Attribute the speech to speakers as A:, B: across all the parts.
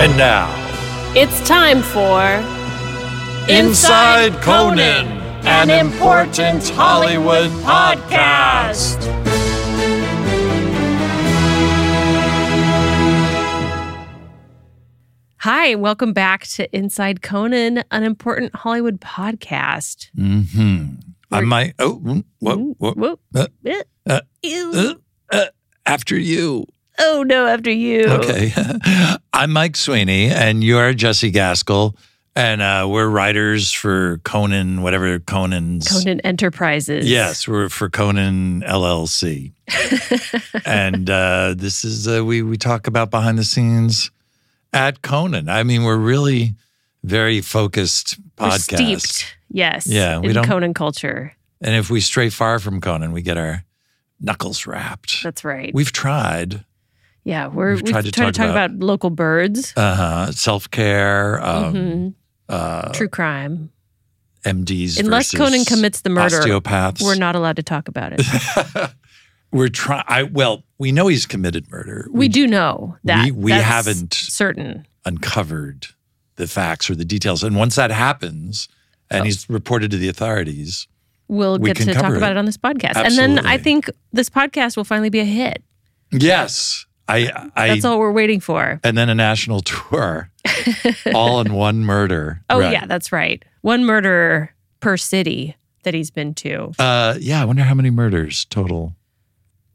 A: And now,
B: It's time for
A: Inside Conan, an important Hollywood podcast.
B: Hi, welcome back to Inside Conan, an important Hollywood podcast.
A: hmm I might. Oh, mm, what?
B: Ooh,
A: what
B: whoop,
A: uh,
B: eh,
A: uh,
B: ew.
A: uh, uh, after you.
B: oh no, after you.
A: Okay. I'm Mike Sweeney, and you're Jesse Gaskell, and uh, we're writers for Conan, whatever Conan's.
B: Conan Enterprises.
A: Yes, we're for Conan LLC, and uh, this is uh, we we talk about behind the scenes at Conan. I mean, we're really very focused
B: We're
A: podcast,
B: steeped. Yes.
A: Yeah, we
B: in
A: don't-
B: Conan culture.
A: and if we stray far from Conan, we get our knuckles wrapped.
B: That's right.
A: We've tried
B: yeah, we're
A: we've
B: we've
A: tried to talk about-
B: about, local birds,
A: uh, self care, um,
B: Mhm.
A: uh,
B: true crime.
A: MDs.
B: Unless
A: versus
B: Conan commits the murder,
A: osteopaths.
B: we're not allowed to talk about it.
A: we're trying. Well, we know he's committed murder.
B: we, do know that
A: we- we
B: That's
A: haven't-
B: certain.
A: uncovered the facts or the details. And once that happens
B: Oh.
A: and he's reported to the authorities,
B: We'll
A: We
B: get
A: can
B: to talk
A: cover
B: about
A: it.
B: it on this podcast, and then
A: Absolutely.
B: I think this podcast will finally be a hit.
A: yes, I, I,
B: That's all we're waiting for.
A: and then a national tour, all in one murder.
B: Oh
A: Right.
B: yeah, that's right. One murderer per city that he's been to.
A: Uh, yeah, I wonder how many murders total.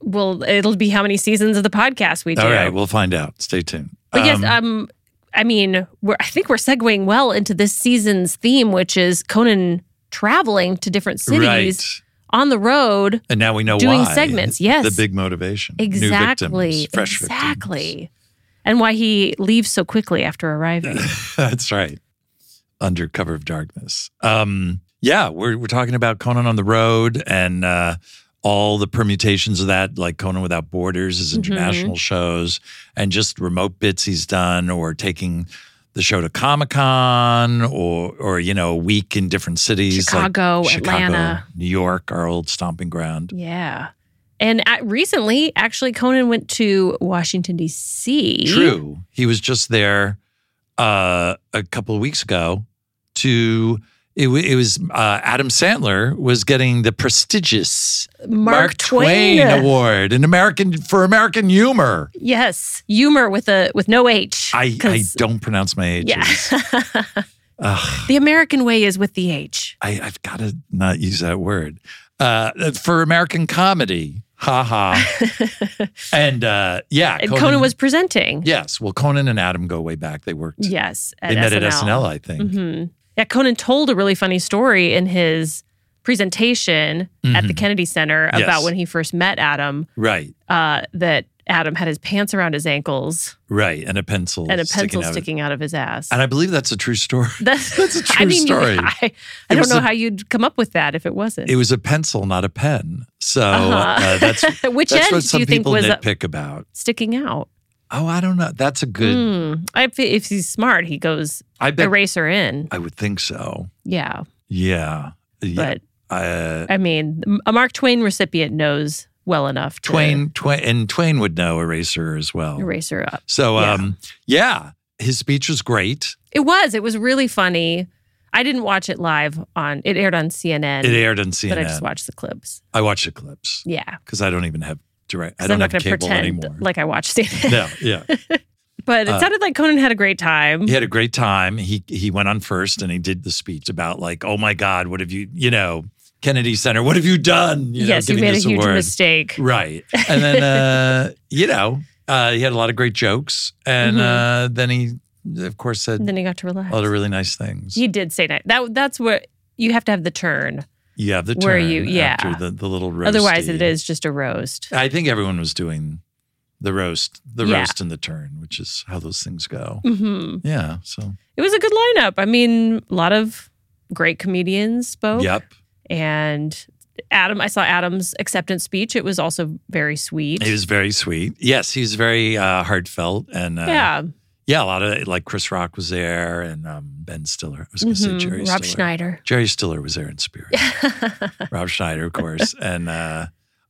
B: Well, it'll be how many seasons of the podcast we do.
A: All right, we'll find out. Stay tuned.
B: but yes,
A: Um,
B: um, I mean, we're I think we're segueing well into this season's theme, which is Conan traveling to different cities
A: right.
B: on the road,
A: And now we know
B: doing
A: why.
B: segments, yes.
A: the big motivation. New
B: exactly,
A: victims, fresh victims.
B: exactly, and why he leaves so quickly after arriving.
A: That's right. Under cover of darkness. Um, yeah, we're we're talking about Conan on the road and uh, all the permutations of that, like Conan Without Borders, his
B: Mm-hmm.
A: international shows, and just remote bits he's done, or taking the show to Comic Con, or or you know, a week in different cities, like
B: Chicago, Atlanta.
A: New York, our old stomping ground.
B: yeah, and uh recently, actually, Conan went to Washington D.C.
A: True, he was just there uh, a couple of weeks ago to it, wa- it was uh, Adam Sandler was getting the prestigious
B: Mark, Twain
A: Award in American for American humor.
B: Yes, humor with a with no H.
A: I, I
B: 'cause-
A: don't pronounce my H's.
B: Yeah,
A: Ugh,
B: the American way is with the H.
A: I, I've got to not use that word uh, for American comedy. Ha ha. and uh, yeah,
B: And Conan, was presenting.
A: yes. Well, Conan and Adam go way back. They worked.
B: Yes, at
A: they met
B: SNL.
A: at SNL, I think.
B: hmm Yeah, Conan told a really funny story in his presentation at the
A: Mhm.
B: Kennedy Center
A: Yes.
B: about when he first met Adam.
A: Right,
B: Uh, that Adam had his pants around his ankles
A: right, and a pencil
B: and a
A: sticking
B: pencil
A: out of-
B: sticking out of his ass.
A: And I believe that's a true story.
B: that's,
A: that's a
B: I
A: true
B: mean, you-
A: story.
B: I,
A: It
B: I don't
A: was
B: know
A: a-
B: how you'd come up with that if it wasn't.
A: It was a pencil, not a pen. So uh
B: Uh-huh.
A: that's
B: Which
A: that's
B: end
A: what
B: do
A: some
B: you think
A: people
B: was uh,
A: nitpick about.
B: sticking out?
A: Oh, I don't know. That's a good.
B: Mm. I, fe- if he's smart, he goes
A: I bet.
B: eraser in.
A: I would think so.
B: Yeah,
A: Yeah. yeah.
B: but
A: uh,
B: I mean, a Mark Twain recipient knows well enough. To
A: Twain, Twain, and Twain would know Eraser as well.
B: eraser up.
A: So,
B: Yeah.
A: um, yeah, his speech was great.
B: It was. It was really funny. I didn't watch it live on. It aired on CNN.
A: It aired on CNN.
B: But I just watched the clips.
A: I watched the clips
B: Yeah.
A: because I don't even have direct. I
B: 'Cause
A: don't
B: I'm not
A: have
B: gonna
A: cable
B: pretend
A: anymore.
B: like I watched CNN.
A: no, yeah.
B: But it
A: Uh,
B: sounded like Conan had a great time.
A: He had a great time. He he went on first and he did the speech about like, oh my God, what have you, you know, Kennedy Center, what have you done? know,
B: yes, you
A: giving
B: made a
A: this
B: huge
A: award.
B: mistake.
A: Right. And then, uh, you know, uh, he had a lot of great jokes. And
B: Mhm.
A: uh, then he, of course,
B: And
A: said
B: then he got to relax.
A: a lot of really nice things.
B: He did say that. that. That's where you have to have the turn.
A: You have the
B: Were
A: turn
B: you- yeah.
A: after the, the little roast.
B: Otherwise, it is just a roast.
A: I think everyone was doing the roast, the
B: Yeah.
A: roast and the turn, which is how those things go.
B: hmm
A: Yeah. So,
B: It was a good lineup. I mean, a lot of great comedians spoke.
A: yep.
B: And Adam, I saw Adam's acceptance speech. It was also very sweet.
A: He was very sweet. Yes, he's very uh, heartfelt and uh,
B: yeah.
A: yeah, a lot of like Chris Rock was there and um, Ben Stiller. I was going to
B: Mhm.
A: say Jerry
B: Rob
A: Stiller.
B: Schneider.
A: Jerry Stiller was there in spirit. Rob Schneider, of course, and uh,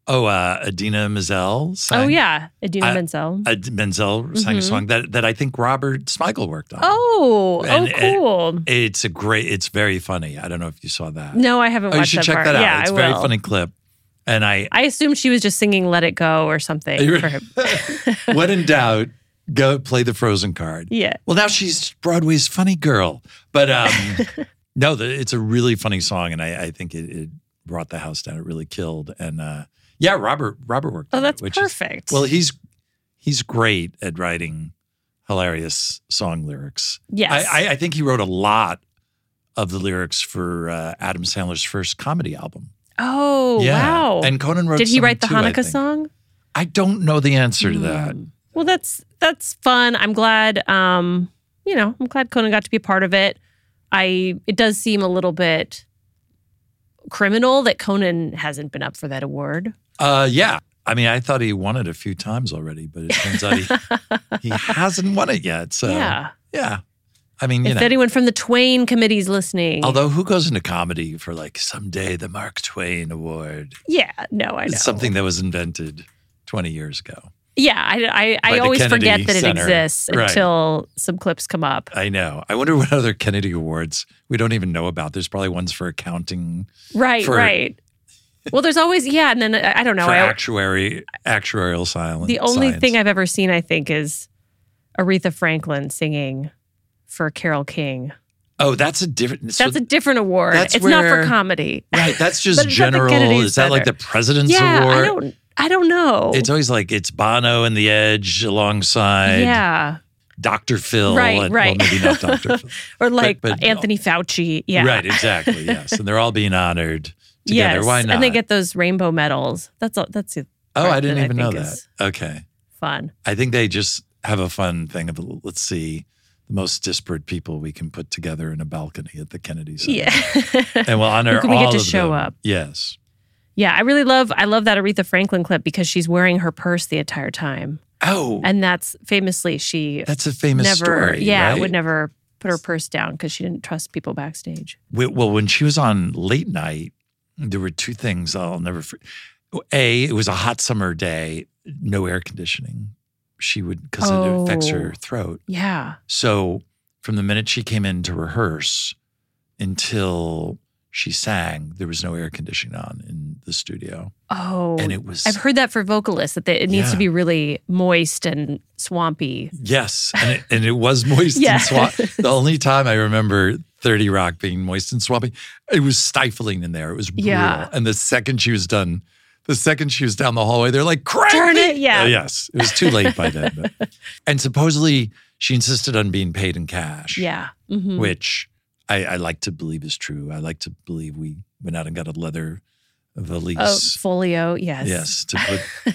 A: oh, uh, Adina Menzel. Sang,
B: oh, yeah. Adina
A: I-
B: Menzel.
A: Ad- Menzel sang a
B: Mhm.
A: song that that I think Robert Smigel worked on.
B: oh,
A: and-
B: oh,
A: and-
B: cool.
A: it's a great. It's very funny. I don't know if you saw that.
B: no, I haven't
A: oh,
B: watched
A: you should
B: that
A: check
B: part.
A: that out.
B: Yeah,
A: it's
B: I
A: a very
B: will.
A: funny clip. And I,
B: I assume she was just singing "Let It Go" or something. For him.
A: when in doubt, go play the Frozen card.
B: Yeah.
A: Well, now she's Broadway's funny girl. But um, no, the, it's a really funny song, and I, I think it, it brought the house down. It really killed. And uh, yeah, Robert Robert worked.
B: Oh,
A: on
B: that's
A: it, which is-
B: perfect.
A: well, he's he's great at writing hilarious song lyrics.
B: yes.
A: I, I, I think he wrote a lot of the lyrics for uh, Adam Sandler's first comedy album.
B: oh, wow.
A: And Conan wrote.
B: Did he
A: some
B: write the
A: too, I
B: Hanukkah
A: think.
B: song? Hmm.
A: I don't know the answer to that.
B: Well, that's that's fun. I'm glad. Um, you know, I'm glad Conan got to be a part of it. I it does seem a little bit criminal that Conan hasn't been up for that award.
A: Uh, yeah. I mean, I thought he won it a few times already, but it turns out he, he hasn't won it yet. So,
B: yeah.
A: yeah. I mean, you
B: If
A: know,
B: anyone from the Twain committee's listening,
A: although who goes into comedy for like someday the Mark Twain Award?
B: yeah, no, I know
A: It's something that was invented 20 years ago.
B: Yeah, I I,
A: By
B: I
A: the
B: always
A: Kennedy
B: forget that
A: Center.
B: it exists
A: Right.
B: until some clips come up.
A: I know. I wonder what other Kennedy Awards we don't even know about. There's probably ones for accounting,
B: Right,
A: For-
B: right. Well, there's always yeah, and then I, I don't know.
A: for
B: I,
A: actuary, actuarial silence.
B: The only
A: science.
B: thing I've ever seen, I think, is Aretha Franklin singing for Carol King.
A: oh, that's a different. so-
B: That's a different award.
A: that's
B: It's not for
A: where-
B: comedy.
A: right. That's just
B: But it's at the
A: general.
B: Kennedy
A: Is that like the
B: Center.
A: President's
B: Yeah,
A: Award?
B: I don't. I don't know.
A: It's always like it's Bono and the Edge alongside
B: yeah,
A: Dr. Phil.
B: Right,
A: and-
B: right.
A: Well, maybe not Dr. Phil.
B: or like
A: but-
B: Anthony Fauci. Yeah,
A: Right, exactly. Yes. And they're all being honored together.
B: Yes,
A: Why not?
B: And they get those rainbow medals. That's all. That's the
A: oh,
B: part
A: I didn't
B: that
A: even know
B: think
A: that.
B: is
A: Okay.
B: Fun.
A: I think they just have a fun thing of let's see the most disparate people we can put together in a balcony at the Kennedy Center.
B: Yeah.
A: And we'll honor
B: Who can we get
A: all
B: to
A: of
B: show
A: them.
B: up?
A: Yes.
B: yeah, I really love. I love that Aretha Franklin clip because she's wearing her purse the entire time,
A: Oh,
B: and that's famously she
A: that's a famous
B: never,
A: story.
B: yeah,
A: right?
B: would never put her purse down because she didn't trust people backstage.
A: Wh- well, when she was on late night, there were two things I'll never. For- a, it was a hot summer day, no air conditioning. She would because it affects her
B: Oh.
A: throat.
B: Yeah.
A: So from the minute she came in to rehearse until she sang, there was no air conditioning on in the studio,
B: Oh.
A: and it was
B: I've heard that for vocalists that they, it needs
A: Yeah.
B: to be really moist and swampy.
A: Yes, and it, and it was moist
B: Yeah.
A: and swampy. The only time I remember Thirty Rock being moist and swampy, it was stifling in there. It was brutal.
B: Yeah.
A: And the second she was done, the second she was down the hallway, they're like, "Crank
B: Turn it, yeah.
A: Uh, yes, it was too late by then. but- And supposedly she insisted on being paid in cash.
B: Yeah. Mhm.
A: which I, I like to believe is true. I like to believe we went out and got a leather valise.
B: Oh, folio. Yes.
A: Yes, to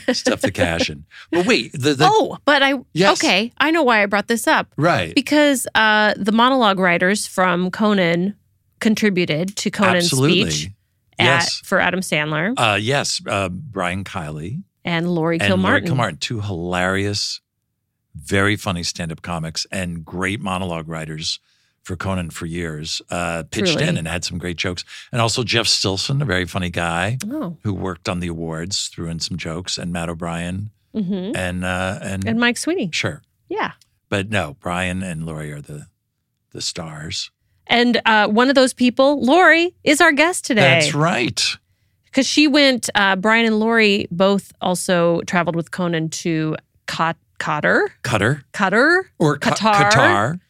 A: put stuff the cash in. But wait, the, the
B: oh, but I
A: Yes.
B: okay. I know why I brought this up
A: right.
B: because uh, the monologue writers from Conan contributed to Conan's
A: Absolutely.
B: speech at,
A: Yes.
B: for Adam Sandler
A: Uh, yes, uh, Brian Kiley
B: and Laurie
A: and Laurie
B: Kilmartin.
A: Kilmartin, two hilarious, very funny stand-up comics and great monologue writers for Conan for years. Uh, pitched in
B: Truly.
A: and had some great jokes, and also Jeff Stilson, a very funny guy
B: Oh.
A: who worked on the awards, threw in some jokes, and Matt O'Brien
B: hmm
A: and uh, and,
B: And Mike Sweeney.
A: sure,
B: Yeah.
A: but no, Brian and Laurie are the the stars.
B: And uh, one of those people, Lori, is our guest today.
A: That's right.
B: Because she went, uh, Brian and Lori both also traveled with Conan to Qat- Qatar.
A: Qatar
B: Qatar?
A: or Q-
B: Qatar.
A: Qatar.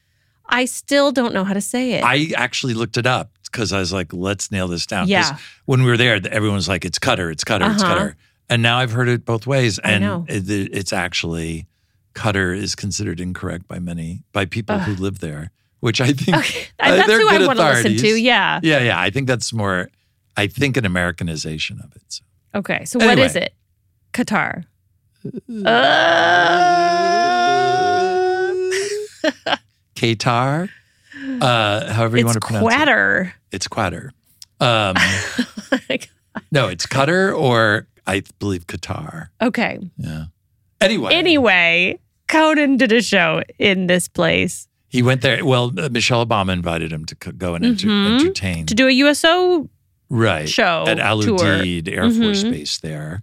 B: I still don't know how to say it.
A: I actually looked it up because I was like, let's nail this down. 'Cause
B: Yeah.
A: When we were there, everyone was like, it's Qatar, it's Qatar, it's
B: Uh-huh.
A: Qatar. And now I've heard it both ways.
B: I
A: And
B: know.
A: it- it's actually Qatar is considered incorrect by many, by people who live there, which I think.
B: okay.
A: uh,
B: That's
A: they're
B: who I
A: good
B: want to listen to.
A: authorities.
B: Yeah.
A: Yeah, yeah. I think that's more, I think an Americanization of it. So.
B: Okay. So what is
A: Anyway.
B: it? Qatar. Uh,
A: Qatar, uh, however you
B: it's
A: want to pronounce it.
B: Qatar.
A: It's Qatar. Um, no, it's Qatar or I believe Qatar.
B: okay.
A: Yeah. Anyway,
B: Anyway, Conan did a show in this place
A: he went there. Well, uh, Michelle Obama invited him to c- go and enter-
B: Mhm.
A: entertain.
B: to do a USO.
A: right
B: show,
A: at Al
B: tour.
A: Udeid Air Force
B: Mhm.
A: Base there,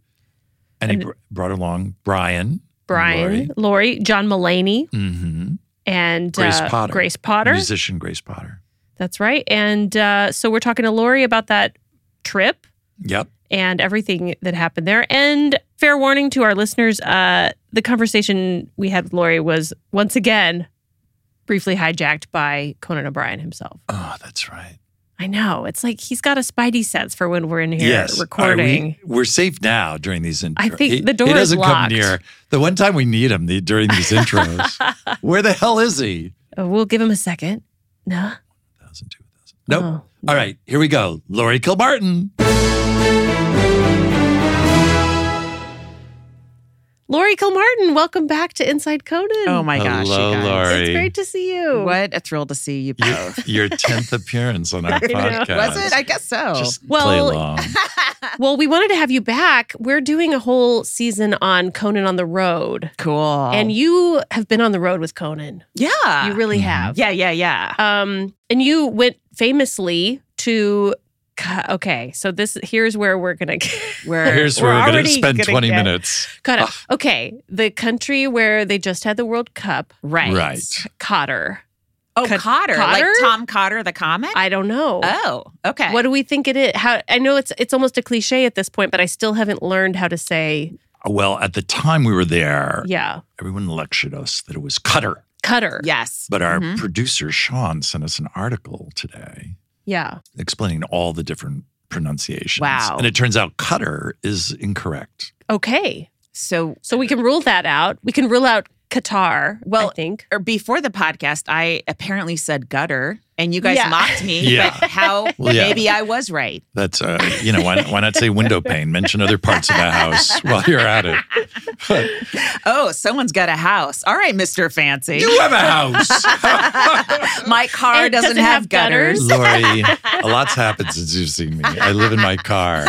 A: and, he
B: And-
A: br- brought along Brian,
B: Brian, Lori, John Mullaney,
A: hmm
B: and
A: Grace
B: uh,
A: Potter.
B: Grace Potter.
A: musician Grace Potter.
B: That's right. And uh, so we're talking to Lori about that trip
A: Yep.
B: and everything that happened there. And fair warning to our listeners: uh, the conversation we had with Lori was once again briefly hijacked by Conan O'Brien himself.
A: Oh, that's right.
B: I know. It's like he's got a spidey sense for when we're in here
A: yes.
B: recording.
A: Are we, are safe now during these intros.
B: I think
A: He-
B: the door
A: he
B: is
A: doesn't
B: locked.
A: come near. The one time we need him the, during these intros, where the hell is he?
B: Uh, we'll give him a second. No.
A: 1000, 2000. Nope.
B: Oh.
A: All right, here we go. Lori Kilmartin.
B: Lori Kilmartin, welcome back to Inside Conan.
C: Oh my gosh, you
A: Hello,
C: guys.
A: Laura.
B: It's great to see you.
C: What a thrill to see you both.
A: Your 10th appearance on our
B: I know.
A: podcast.
C: Was it? I guess so.
A: Just play
B: Well,
A: along.
B: Well, we wanted to have you back. We're doing a whole season on Conan on the road.
C: cool.
B: And you have been on the road with Conan.
C: yeah.
B: you really
A: Mhm.
B: have.
C: Ah. yeah, yeah, yeah.
B: Um and you went famously to Ca- Okay, so this here's where we're going to
C: We're,
A: Here's
B: We're
A: where we're going to
B: already
A: spend
B: gonna
A: 20
B: get-
A: minutes.
B: Got it. Okay, the country where they just had the World Cup,
C: right.
A: Right.
B: Cotter.
C: Oh,
B: Co-
C: Cotter,
B: Cotter?
C: Like Tom Cotter, the comic?
B: I don't know.
C: oh, okay.
B: What do we think it is? How I know it's it's almost a cliche at this point, but I still haven't learned how to say
A: Well, at the time we were there,
B: yeah.
A: everyone lectured us that it was Cutter.
B: Cutter.
C: yes.
A: But our
B: Mm-hmm.
C: Mhm.
A: producer, Sean, sent us an article today
B: Yeah.
A: explaining all the different pronunciations.
C: Wow.
A: And it turns out Cutter is incorrect.
B: Okay.
C: So
B: So we can rule that out. We can rule out Qatar. Well,
C: Well,
B: I think.
C: or er, before the podcast, I apparently said gutter and you guys
B: Yeah.
C: mocked me.
A: Yeah.
C: But how
A: Well, yeah.
C: maybe I was right.
A: That's, uh, you know, why, why not say window pane? Mention other parts of the house while you're at it.
C: Oh, someone's got a house. All right, Mr. Fancy.
A: You have a house.
C: My car
B: It
C: doesn't,
B: doesn't
C: have,
B: have
C: gutters.
B: gutters.
A: Lori, a lot's happened since you've seen me. I live in my car,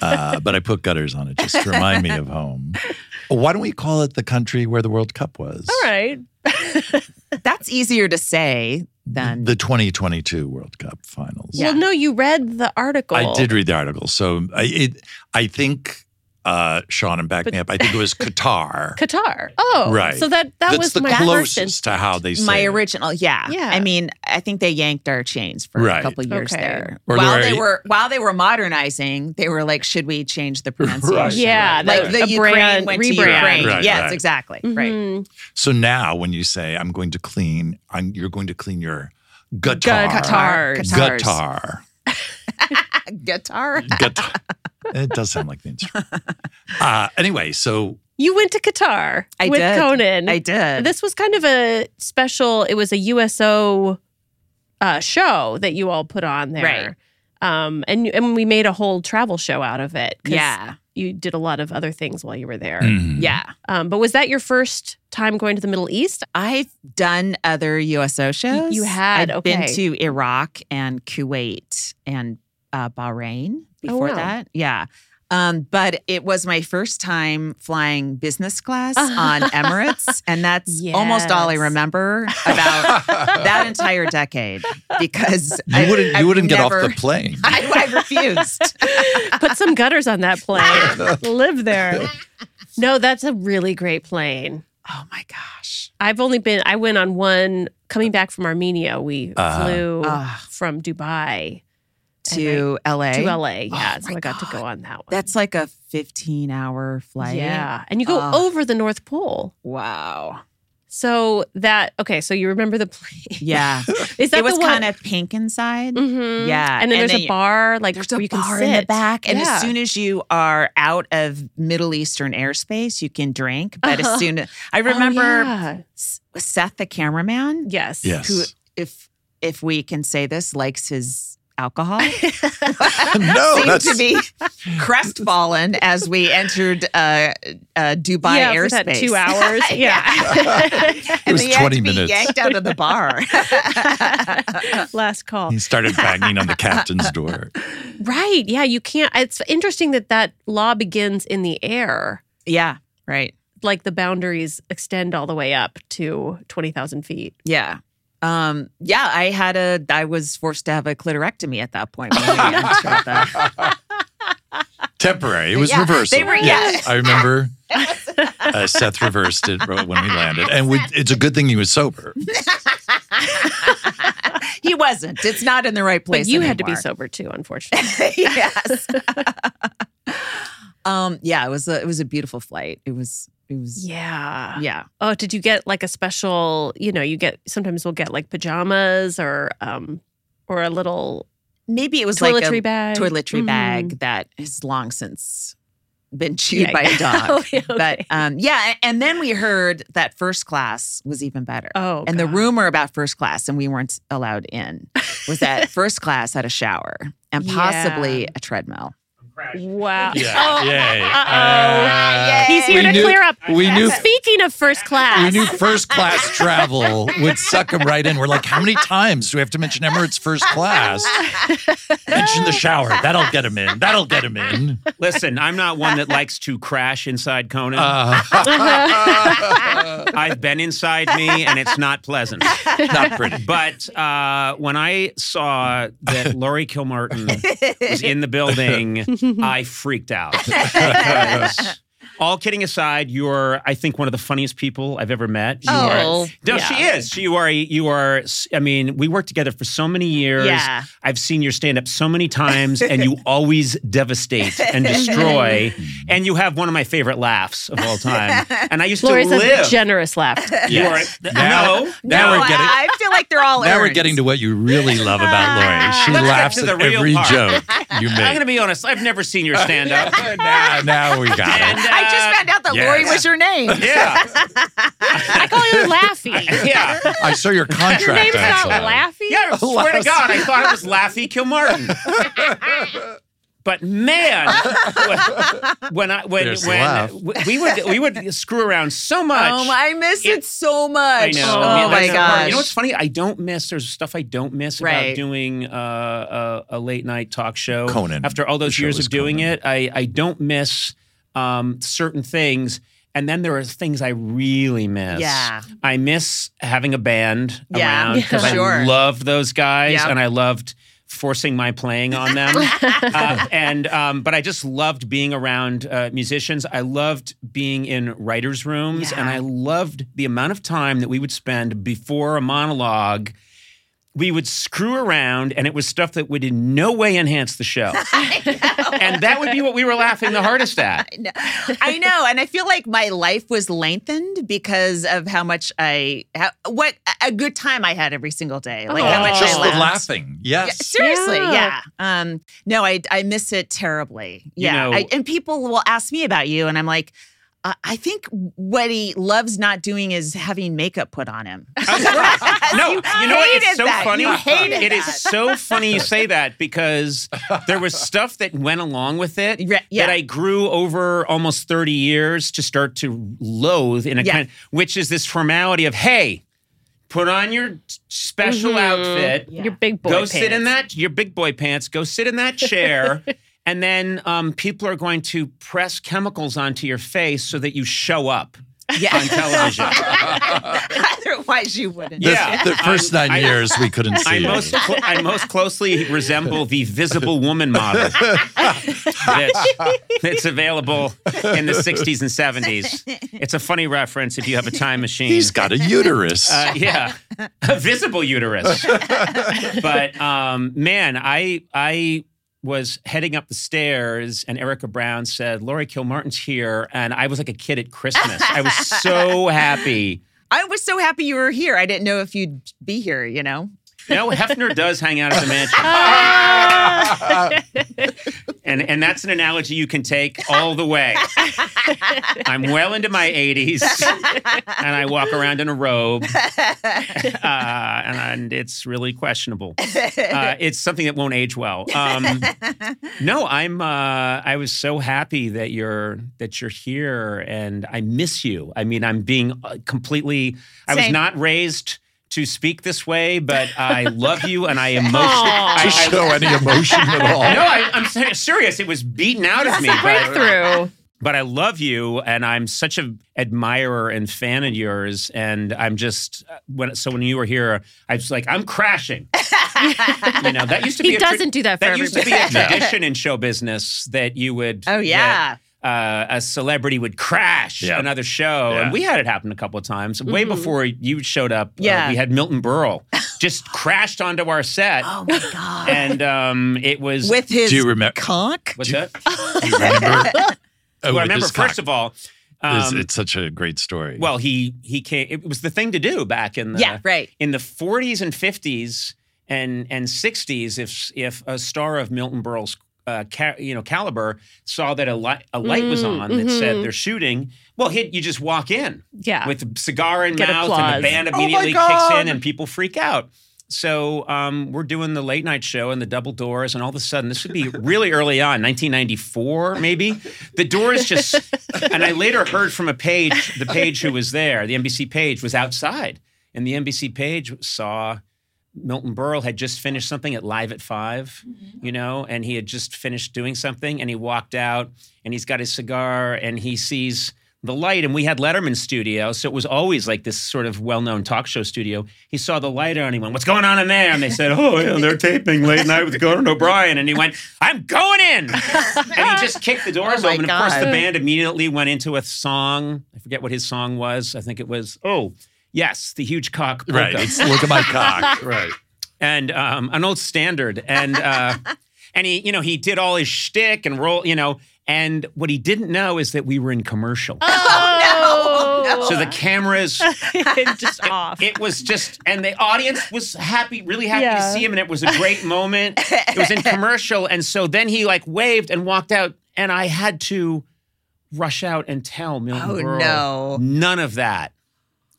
A: uh, but I put gutters on it just to remind me of home. Why don't we call it the country where the World Cup was?
B: All right.
C: That's easier to say than
A: The 2022 World Cup finals.
C: Yeah.
B: Well, no, you read the article.
A: I did read the article. So I, it, I think, uh, Sean, and back
B: But-
A: me up, I think it was Qatar.
B: Qatar. Oh,
A: Right.
B: So that that
A: That's
B: was
A: the
B: my first
A: closest
B: instinct.
A: to how they say
C: my
A: it.
C: original yeah
B: Yeah.
C: i mean i think they yanked our chains for
A: Right.
C: a couple years
B: Okay.
C: there
A: Or
C: while
A: they're-
C: they were while they were modernizing they were like should we change the pronunciation
B: Yeah, Right.
C: like
A: Right.
C: the
B: a
C: ukraine
B: brand-
C: went
B: rebrand.
C: to ukraine
A: Right,
C: yes
A: right.
C: exactly right
B: Mhm.
A: So now when you say, I'm going to clean, I'm, you're going to clean your guitar.
B: Guitar.
C: Guitars.
A: Guitar.
C: guitar
A: Guitar. it does sound like the instrument. Uh, anyway, so
B: You went to Qatar
C: I
B: with
C: did.
B: Conan.
C: i did
B: This was kind of a special. It was a USO uh, show that you all put on there, right? Um, and and we made a whole travel show out of it. 'cause
C: yeah
B: you did a lot of other things while you were there.
A: Mhm.
C: yeah
B: Um, but was that your first time going to the Middle East?
C: i've done other uso shows
B: you had,
C: i've been
B: okay.
C: to iraq and kuwait and uh, bahrain before
B: Oh, wow.
C: that yeah um, but it was my first time flying business class on Emirates, and that's almost all I
B: Yes.
C: remember about that entire decade because
A: you wouldn't
C: I,
A: you wouldn't
C: I've
A: get
C: never-
A: off the plane.
C: I, I refused.
B: Put some gutters on that plane. Live there. No, that's a really great plane.
C: oh my gosh!
B: I've only been I went on one coming back from Armenia, we
A: Uh-huh.
B: flew
C: Ah.
B: from Dubai
C: to LA.
B: to LA. Yeah,
C: Oh
B: so
C: my
B: I got to go
C: God.
B: on that one.
C: That's like a 15 hour flight.
B: yeah, and you go
C: Oh.
B: over the North Pole.
C: Wow.
B: So that okay, so you remember the plane?
C: Yeah.
B: Is that
C: it was
B: the one?
C: kind of pink inside.
B: Mhm.
C: Yeah,
B: and then
C: and
B: there's
C: then
B: a
C: you-
B: bar like
C: There's
B: where
C: a
B: you can
C: bar
B: sit
C: in the back, and
B: Yeah.
C: as soon as you are out of Middle Eastern airspace, you can drink. But
B: Uh-huh.
C: as soon as I
B: Oh,
C: remember,
B: yeah.
C: S- was Seth the cameraman,
B: yes,
A: Yes.
C: who, if if we can say this, likes his alcohol.
A: No,
C: seemed to
A: Oh, that's-
C: be crestfallen as we entered uh, uh, Dubai
B: yeah,
C: airspace.
B: for that two hours. yeah,
A: was
C: they had
A: 20
C: to be
A: minutes.
C: yanked out of the bar.
B: last call.
A: He started banging on the captain's door.
B: Right? Yeah, you can't. It's interesting that that law begins in the air.
C: yeah, right.
B: Like the boundaries extend all the way up to twenty thousand feet.
C: Yeah. Um, yeah, I had a I was forced to have a clitorectomy at that point. When I entered the-
A: Temporary. It was
C: Yeah,
A: reversal.
C: They were yeah.
A: I remember uh, Seth reversed it when we landed, and we, it's a good thing he was sober.
C: he wasn't. It's not in the right place.
B: But you had to be
C: anymore.
B: sober too, unfortunately.
C: yes. um, yeah, it was a it was a beautiful flight. It was it was
B: yeah.
C: yeah.
B: Oh, did you get like a special? You know, you get sometimes we'll get like pajamas or um or a little
C: Maybe it was like
B: toiletry
C: a
B: bag.
C: toiletry
B: Mhm.
C: bag that has long since been chewed
B: Yeah.
C: by a dog.
B: Oh, yeah,
C: But
B: okay.
C: um, yeah, and then we heard that first class was even better.
B: oh,
C: and the
B: God.
C: rumor about first class, and we weren't allowed in, was that first class had a shower and
B: Yeah.
C: possibly a treadmill.
B: Wow.
A: Yeah.
B: Oh,
A: Yay.
B: uh-oh.
A: Uh,
B: He's here
A: we
B: to
A: knew-
B: clear up.
A: we knew-
B: Speaking of first
A: We
B: class,
A: knew first class travel would suck him right in. We're like, how many times do we have to mention Emirates first class? Mention the shower. That'll get him in. That'll get him in.
D: Listen, I'm not one that likes to crash inside Conan. Uh-huh.
A: Uh,
D: I've been inside me, and it's not pleasant.
A: not pretty.
D: But uh, when I saw that Laurie Kilmartin was in the building, I freaked out. Because all kidding aside, you are, I think, one of the funniest people I've ever met. You are-
B: Oh,
D: no,
B: yeah.
D: she is. You are. You are. I mean, we worked together for so many years.
C: Yeah.
D: I've seen your stand up so many times, and you always devastate and destroy. and you have one of my favorite laughs of all time. And I used
B: Lori
D: to
B: says
D: live.
B: generous laugh.
D: you are.
A: Yes. Now-
D: no.
A: Now
C: No,
A: we're getting.
C: I, I feel like they're all.
A: Now we're
C: earned.
A: getting to what you really love about Lori. She
D: Ah. Let's get
A: laughs
D: to the
A: at
D: real
A: every
D: part.
A: joke you
D: I'm going to
A: make.
D: be honest. I've never seen your stand up.
A: now, now we got
D: And,
A: it.
D: uh,
C: I just found out that
A: Yes.
C: Lori was your name.
D: Yeah.
B: I call you Laffy.
D: Yeah.
A: I saw your contract.
B: Your name's not
A: outside.
B: Laffy.
D: Yeah, I swear to God, I thought it was Laffy Kilmartin. But man, when I when
A: There's laugh.
D: when we would we would screw around so much.
C: Oh, I miss it so
D: I
C: much.
D: know.
C: Oh
D: I
C: my
D: mean, that's the part.
C: gosh.
D: You know what's funny? I don't miss. There's stuff I don't miss
C: Right.
D: about doing uh, a, a late night talk show.
A: Conan.
D: After all
A: The
D: those
A: show
D: years
A: was
D: of doing
A: Conan.
D: it, I I don't miss um, certain things. And then there are things I really miss.
C: Yeah.
D: I miss having a band
C: Yeah,
D: around because
C: sure.
D: I loved those guys
C: Yep.
D: and I loved forcing my playing on them. Uh, and um, but I just loved being around uh, musicians. I loved being in writers' rooms, and
C: Yeah.
D: I loved the amount of time that we would spend before a monologue. We would screw around, and it was stuff that would in no way enhance the show. and that would be what we were laughing the hardest at.
C: No. I know, and I feel like my life was lengthened because of how much I how, what a good time I had every single day. Like how much
A: Oh, Just
C: I
A: the
C: laughed.
A: laughing.
C: Yeah,
A: Yes.
C: seriously,
B: Yeah.
C: yeah. Um, no, I I miss it terribly.
D: You
C: Yeah,
D: know-
C: I, and people will ask me about you, and I'm like. Uh, I think what he loves not doing is having makeup put on him.
D: Uh, no, you, know what? It's
C: hated
D: so
C: that.
D: funny.
C: You hated
D: It is
C: that.
D: so funny you say that because there was stuff that went along with it
C: Re- yeah.
D: that I grew over almost 30 years to start to loathe in a
C: Yeah.
D: kind which is this formality of, hey, put on your special
C: Mm-hmm.
D: outfit.
B: Your big boy
D: Go
B: pants.
D: sit in that your big boy pants. Go sit in that chair, and then um, people are going to press chemicals onto your face so that you show up.
C: Yeah.
D: on television.
C: Otherwise, you wouldn't.
A: The,
D: Yeah.
A: the first nine
D: I-
A: years we couldn't see.
D: I
A: it.
D: most cl- I most closely resemble the visible woman model that's, that's available in the 60s and 70s. It's a funny reference if you have a time machine.
A: He's got a uterus.
D: Uh, yeah, a visible uterus. but um, man, I I was heading up the stairs, and Erica Brown said, "Lori Kilmartin's here," and I was like a kid at Christmas. I was so happy.
C: I was so happy you were here. I didn't know if you'd be here, you know?
D: You know, Hefner does hang out at the mansion, and and that's an analogy you can take all the way. I'm well into my 80s, and I walk around in a robe, uh, and it's really questionable. uh, it's something that won't age well. Um, no, I'm. Uh, I was so happy that you're that you're here, and I miss you. I mean, I'm being uh, completely. I was
C: Same.
D: not raised to speak this way, but I love you, and I emotionally.
B: Aw.
A: to
D: I, I,
A: show any emotion at all.
D: Oh, no, I, I'm ser- serious. It was beaten out of me, but,
B: Breakthrough.
D: but I love you, and I'm such an admirer and fan of yours. And I'm just uh, when so when you were here, I was like, I'm crashing. you know, that used to be
B: He
D: a tra-
B: doesn't do that for
D: that used to be a
B: everybody.
D: tradition in show business that you would.
C: Oh, yeah.
D: that, uh, a celebrity would crash
A: Yeah.
D: another show,
A: Yeah.
D: and we had it happen a couple of times. Way before you showed up, uh,
C: Yeah.
D: we had Milton Berle just crashed onto our set,
C: Oh, my God.
D: and um, it was
C: With his
A: Do you remem-
C: conch?
D: what's that?
A: You remember? Oh,
D: well, I
A: with
D: remember
A: his
D: first
A: cock.
D: of all. Um,
A: it's, it's such a great story.
D: well, he he came. It was the thing to do back in the
C: Yeah, right.
D: in the 40s and 50s and and 60s if if a star of Milton Berle's uh, ca- you know caliber saw that a light a light was on that said they're shooting well hit you just walk in
B: Yeah.
D: with a cigar in
B: Get
D: mouth
B: applause.
D: and the band
C: my
D: immediately kicks
C: God.
D: in and people freak out so um, we're doing the late night show and the double doors and all of a sudden this would be really early on 1994 maybe the doors just and i later heard from a page the page who was there the nbc page was outside and the nbc page saw Milton Berle had just finished something at Live at 5
C: Mm-hmm.
D: you know, and he had just finished doing something and he walked out and he's got his cigar and he sees the light. And we had Letterman's studio. So it was always like this sort of well known talk show studio. He saw the light on and he went, What's going on in there? And they said, Oh, yeah, they're taping late night with Conan O'Brien. And he went, I'm going in. and he just kicked the doors
C: Oh my
D: open. Of course, the
C: God.
D: band immediately went into a song. I forget what his song was. I think it was, Oh, yes, the huge cock. Polka
A: right. It's look at my cock. Right.
D: and um, an old standard. And uh, and he, you know, he did all his shtick and roll, you know. And what he didn't know is that we were in commercial.
B: Oh,
D: So the cameras,
B: just off.
D: it was just, and the audience was happy, really happy
B: Yeah.
D: to see him, and it was a great moment. It was in commercial, and so then he like waved and walked out, and I had to rush out and tell Milton
C: Oh,
D: Berle,
C: no.
D: none of that,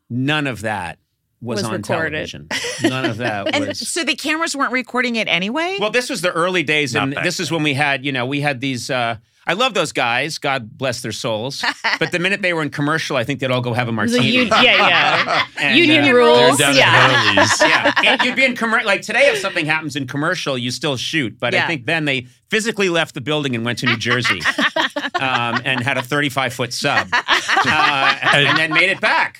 D: none of that was,
B: Was
D: on
B: recorded.
D: television. None of that
C: And
D: was.
C: so the cameras weren't recording it anyway?
D: Well, this was the early days,
A: Not
D: and
A: back
D: this is when we had, you know, we had these. Uh, I love those guys. God bless their souls. but the minute they were in commercial, I think they'd all go have a
B: It was a
D: martini.
B: u- yeah, yeah.
D: And,
B: Union
D: uh,
A: They're
B: rules.
A: down
B: Yeah.
A: at Hurley's.
D: yeah, and you'd be in commercial. Like today, if something happens in commercial, you still shoot. But I
C: Yeah.
D: think then they physically left the building and went to New Jersey um, and had a 35 foot sub uh, and then made it back.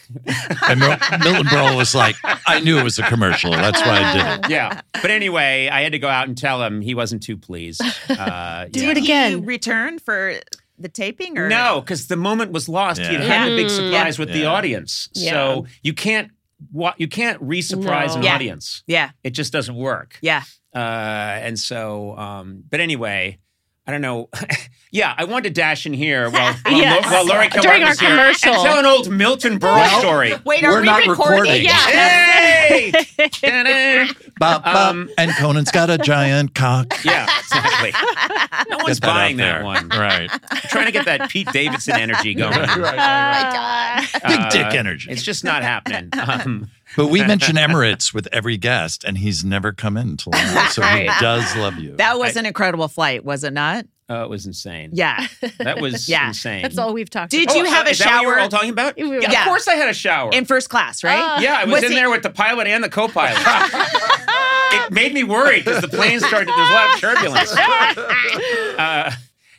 A: And Mil- Milton Berle was like, I knew it was a commercial. That's why I did it.
D: Yeah. But anyway, I had to go out and tell him he wasn't too pleased. Uh,
C: Did
D: yeah.
C: he
B: again.
C: return for the taping or
D: No, because the moment was lost.
A: Yeah.
D: You'd had a big
B: Yeah.
D: surprise with the
A: Yeah.
D: audience,
B: Mm. Yeah.
D: so you can't wa- you can't re-surprise
B: No.
D: an
C: Yeah.
D: audience.
C: Yeah.
D: It just doesn't work.
C: Yeah.
D: Uh, and so, um, but anyway, I don't know. yeah, I wanted to dash in here while while,
B: Yes.
D: Lo- while Laurie
B: During our
D: Kilmartin's here
B: commercial.
D: and tell an old Milton Berle story.
C: Wait,
A: We're
C: are we
A: not recording.
C: recording?
B: Yeah.
D: Hey! Ta-da!
A: Bop, bop.
D: Um,
A: and Conan's got a giant cock.
D: yeah, exactly. No one's
A: Get that out
D: buying that
A: there.
D: one.
A: Right.
D: trying to get that Pete Davidson energy going.
C: Oh
A: Big dick
D: Uh,
A: energy.
D: It's just not happening. Um,
A: But we mention Emirates with every guest, and he's never come in till now. So he
B: Right.
A: does love you.
C: That was an incredible flight, was it not?
D: Oh, it was insane.
C: Yeah.
D: That was
C: Yeah.
D: insane.
B: That's all we've talked
C: Did
B: about.
C: you have a
D: Oh, is That what you were
C: shower?
D: all talking about?
B: We were-
D: Yeah,
C: Yeah.
D: Of course I had a shower.
C: In first class, right?
D: yeah, I was,
C: Was
D: in
C: it-
D: there with the pilot and the co-pilot. it made me worried because the plane started. There's a lot of turbulence. Uh,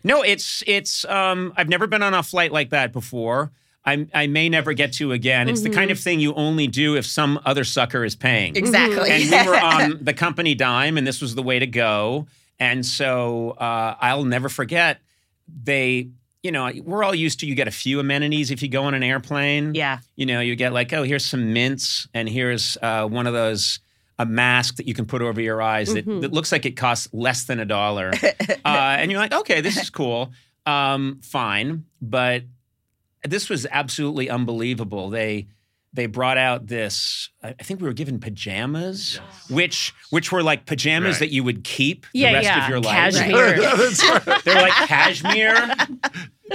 D: no, it's it's. Um, I've never been on a flight like that before. I, I may never get to again. It's the
C: Mm-hmm.
D: kind of thing you only do if some other sucker is paying.
C: Exactly.
D: And we were on the company dime, and this was the way to go. And so uh, I'll never forget. They, you know, we're all used to you get a few amenities if you go on an airplane.
C: Yeah.
D: You know, you get like, oh, here's some mints, and here's uh, one of those a mask that you can put over your eyes that,
B: Mm-hmm.
D: that looks like it costs less than a dollar. uh, and you're like, okay, this is cool, um, fine. But this was absolutely unbelievable. They they brought out this. I I think we were given pajamas, which which were like pajamas
A: Right.
D: that you would keep
B: Yeah,
D: the rest
B: yeah.
D: of your life.
B: Cashmere.
A: That's right.
D: They're like cashmere.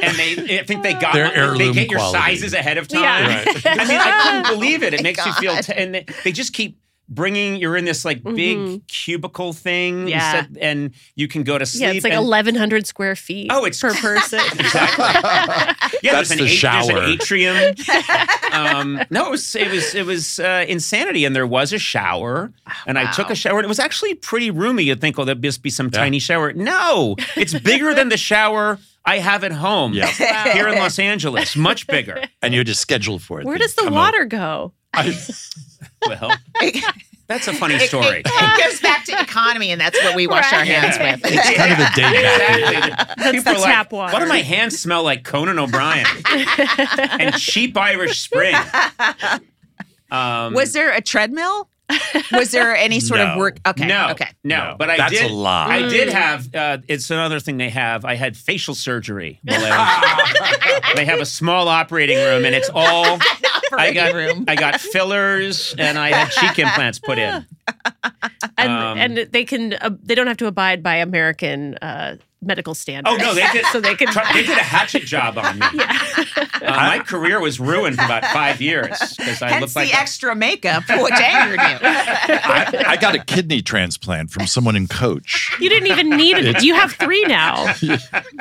D: And they, I think they got
A: They're
D: they
A: heirloom
D: get your
A: quality.
D: sizes ahead of time.
B: Yeah. Oh
A: Right.
D: I mean, I couldn't believe it. It
C: my
D: makes you feel,
C: God.
D: t- and they, they just keep bringing. You're in this like
B: Mm-hmm.
D: big cubicle thing,
C: Yeah.
D: set- and you can go to sleep.
B: Yeah, it's like
D: and,
B: 1,100 square feet
D: Oh, it's-
B: per person.
D: yeah,
A: That's
D: there's
A: the
D: an at-
A: shower.
D: There's an atrium. um, no, it was it was it was uh, insanity, and there was a shower,
B: Oh,
D: and I took a shower, and it was actually pretty roomy. You'd think, oh, there'd just be some
A: Yeah.
D: tiny shower. No, it's bigger than the shower I have at home
A: Yeah.
D: here in Los Angeles. Much bigger.
A: And you had to schedule for it.
B: Where
A: Then
B: does the
A: come
B: water go?
A: up-
D: Well, that's a funny story.
C: It, it goes back to economy, and that's what we wash our
B: Right.
C: hands with.
A: It's kind of a day back.
D: That's
B: the tap water.
D: Why do my hands smell like Conan O'Brien and cheap Irish Spring? Um,
C: Was there a treadmill? Was there any sort of
A: No.
C: work? Okay.
D: no,
C: Okay.
D: no, But I
A: That's
D: did.
A: a lie.
D: I
C: Mm.
D: did have. Uh, it's another thing they have. I had facial surgery. while I was- they have a small operating room, and it's all. I got
C: room.
D: I got fillers, and I had cheek implants put in.
B: And
D: Um,
B: and they can uh, they don't have to abide by American uh, medical standards.
D: Oh no, they did.
B: so they can.
D: Tr- they did a hatchet job on me. Uh, my career was ruined for about five years because I
C: Hence
D: looked
C: the
D: like. a-
C: extra makeup, which angered you.
A: I, I got a kidney transplant from someone in Coach.
B: You didn't even need it. You have three now.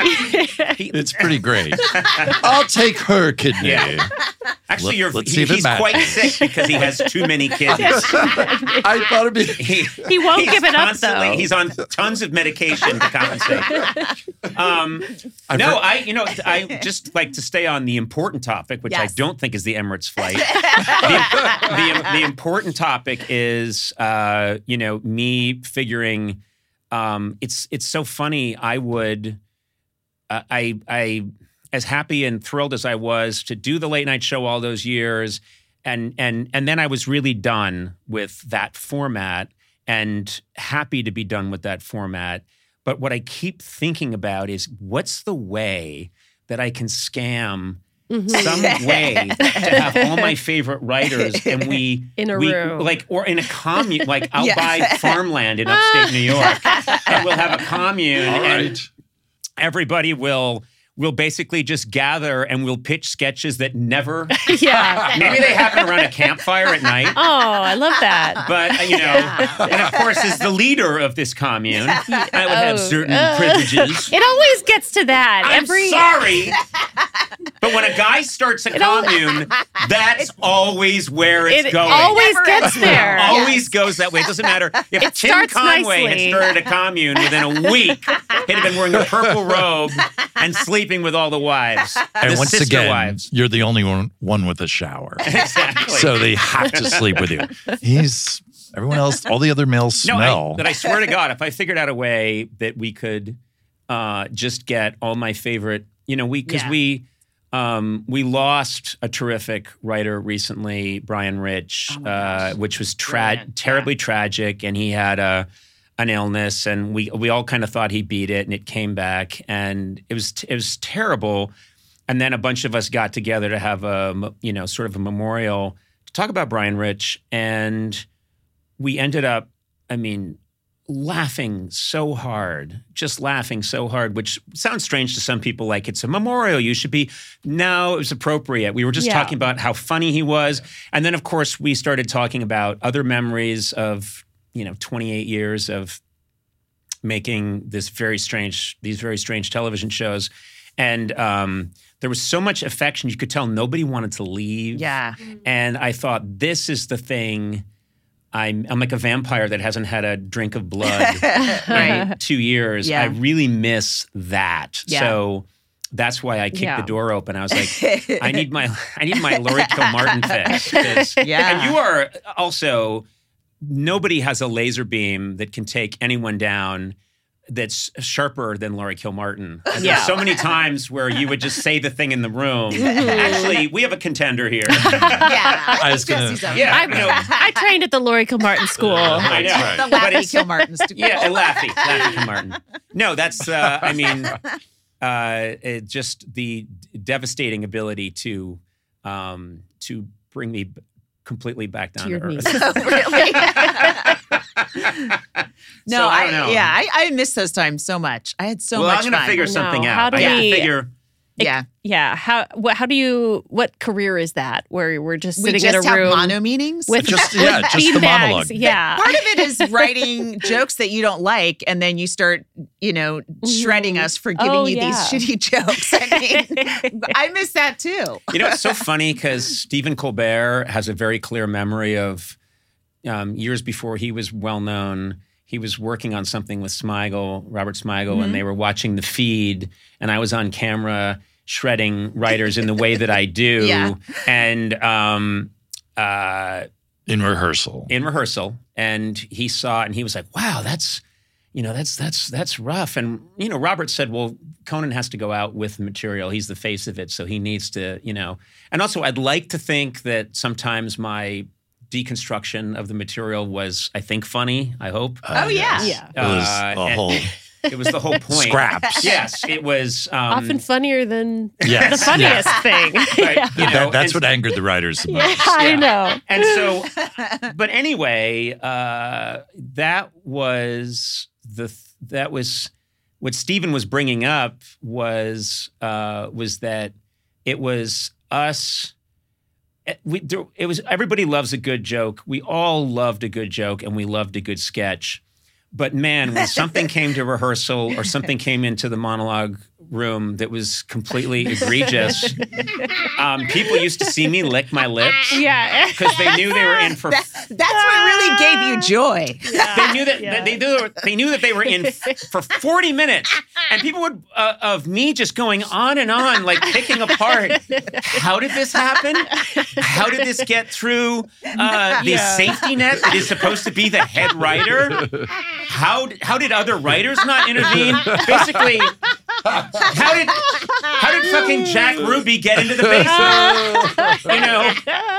A: It's pretty great. I'll take her kidney.
D: Yeah.
A: Let-
D: Actually, you're,
A: let's
D: he-
A: see if it
D: he's
A: matters.
D: quite sick because he has too many kids.
A: I thought it'd be.
D: He,
B: He won't
D: he's
B: give it up
D: constantly-
B: though.
D: He's on tons of medication to compensate. Um,
A: I've
D: no,
A: heard-
D: I, you know, I just like to stay on the important topic, which
C: Yes.
D: I don't think is the Emirates flight. the, the, the important topic is, uh, you know, me figuring. Um, it's it's so funny. I would, uh, I I, as happy and thrilled as I was to do the late night show all those years, and and and then I was really done with that format and happy to be done with that format. But what I keep thinking about is what's the way that I can scam
B: Mm-hmm.
D: some way to have all my favorite writers and we
B: In a
D: we-
B: room.
D: like or in a commune like I'll
C: Yeah.
D: buy farmland in upstate New York and we'll have a commune
A: All right.
D: and everybody will will basically just gather and we'll pitch sketches that never
B: yeah.
D: maybe they happen around a campfire at night
B: Oh, I love that.
D: but uh, you know, and of course, as the leader of this commune, I would have
B: Oh.
D: certain privileges.
B: It always gets to that.
D: I'm
B: Every
D: sorry, but when a guy starts a commune, that's always where it's
B: it
D: going.
B: always
C: Never
B: gets
C: ends
B: there.
C: well.
D: Always goes that way. It doesn't matter if Tim
B: starts
D: Conway
B: nicely.
D: had started a commune within a week. He'd have been wearing a purple robe and sleeping with all the wives,
A: And
D: the
A: once
D: sister
A: again,
D: wives.
A: you're the only one, one with a shower.
D: Exactly.
A: So they have to sleep with you. He's everyone else. All the other males
D: No,
A: smell.
D: I, but I swear to God, if I figured out a way that we could uh, just get all my favorite, you know, we because
C: Yeah.
D: we um, we lost a terrific writer recently, Brian Rich, uh, which was tra-
C: Oh Brilliant.
D: terribly tragic, and he had a an illness, and we we all kind of thought he beat it, and it came back, and it was it was terrible. And then a bunch of us got together to have a m- you know sort of a memorial to talk about Brian Rich, and we ended up, I mean, laughing so hard, just laughing so hard, which sounds strange to some people like it's a memorial. You should be. No, it was appropriate. We were just
B: Yeah.
D: talking about how funny he was. And then, of course, we started talking about other memories of, you know, 28 years of making this very strange, these very strange television shows. And um, there was so much affection. You could tell nobody wanted to leave.
C: Yeah.
D: And I thought, this is the thing. I'm, I'm like a vampire that hasn't had a drink of blood in two years.
C: Yeah.
D: I really miss that.
C: Yeah.
D: So That's why I kicked
B: Yeah.
D: the door open. I was like, I need my I need my Lori Kilmartin fix. 'cause-
C: Yeah.
D: And you are also nobody has a laser beam that can take anyone down that's sharper than Laurie Kilmartin. And There's
B: Yeah.
D: so many times where you would just say the thing in the room. Actually, we have a contender here. yeah,
C: yeah.
A: I was gonna-
C: Jesse's up.
D: Yeah.
B: I,
D: you know.
B: I trained at the Lori Kilmartin School.
D: I know.
A: That's
C: The
D: But it's-
C: Laffy Kilmartins.
D: yeah, and Laffy, Laffy Kilmartin. No, that's uh, I mean, uh, it just the devastating ability to um, to bring me b- completely back down
B: To your
D: to, earth.
B: knees.
C: Oh, really? no,
D: So, I
C: I,
D: don't know.
C: yeah, I, I miss those times so much. I had so
D: well,
C: much
D: I'm gonna
C: fun.
D: figure
B: No,
D: something out.
B: how do
D: I have to
B: we-
D: figure.
C: yeah,
B: Yeah. How what how do you what career is that where we're just
C: we
B: sitting
C: just
B: in a
C: have
B: room
C: mono meetings.
B: with
A: Just-
B: with
A: yeah, just the
B: beanbags?
A: monologue.
B: Yeah.
C: part of it is writing jokes that you don't like, and then you start, you know, shredding us for giving
B: Oh,
C: you
B: yeah.
C: these shitty jokes. I mean, I miss that too.
D: You know, it's so funny because Stephen Colbert has a very clear memory of um, years before he was well known. He was working on something with Smigel, Robert Smigel, and they were watching the feed, and I was on camera shredding writers in the way that I do,
C: Yeah.
D: and um, uh,
A: in rehearsal.
D: in rehearsal, and he saw it, and he was like, "Wow, that's." You know that's that's that's rough, and you know Robert said, "Well, Conan has to go out with material. He's the face of it, so he needs to, you know." And also, I'd like to think that sometimes my deconstruction of the material was, I think, funny. I hope.
C: Oh, yeah.
B: Yeah.
A: Uh, It was
D: Uh,
A: a
D: and-
A: whole
D: It was the whole point.
A: scraps.
D: Yes, it was. Um,
B: Often funnier than
A: Yes.
B: the funniest thing.
D: but,
B: yeah.
D: you know,
A: That- that's
D: and-
A: what angered the writers the most.
B: Yeah, I know.
D: And so, but anyway, uh, that was the th- that was what Stephen was bringing up was uh, was that it was us. it- We, there, it was everybody loves a good joke. We all loved a good joke, and we loved a good sketch. But man, when something came to rehearsal or something came into the monologue room that was completely egregious, um, people used to see me lick my lips
B: Yeah.
D: because they knew they were in for.
C: That, that's what really
B: Ah.
C: gave you joy.
D: They knew that that they knew they knew that they were in f- for forty minutes, and people would uh, of me just going on and on, like picking apart. How did this happen? How did this get through uh, the
B: Yeah.
D: safety net that is supposed to be the head writer? How d- how did other writers not intervene? Basically, how did how did fucking Jack Ruby get into the basement? you know,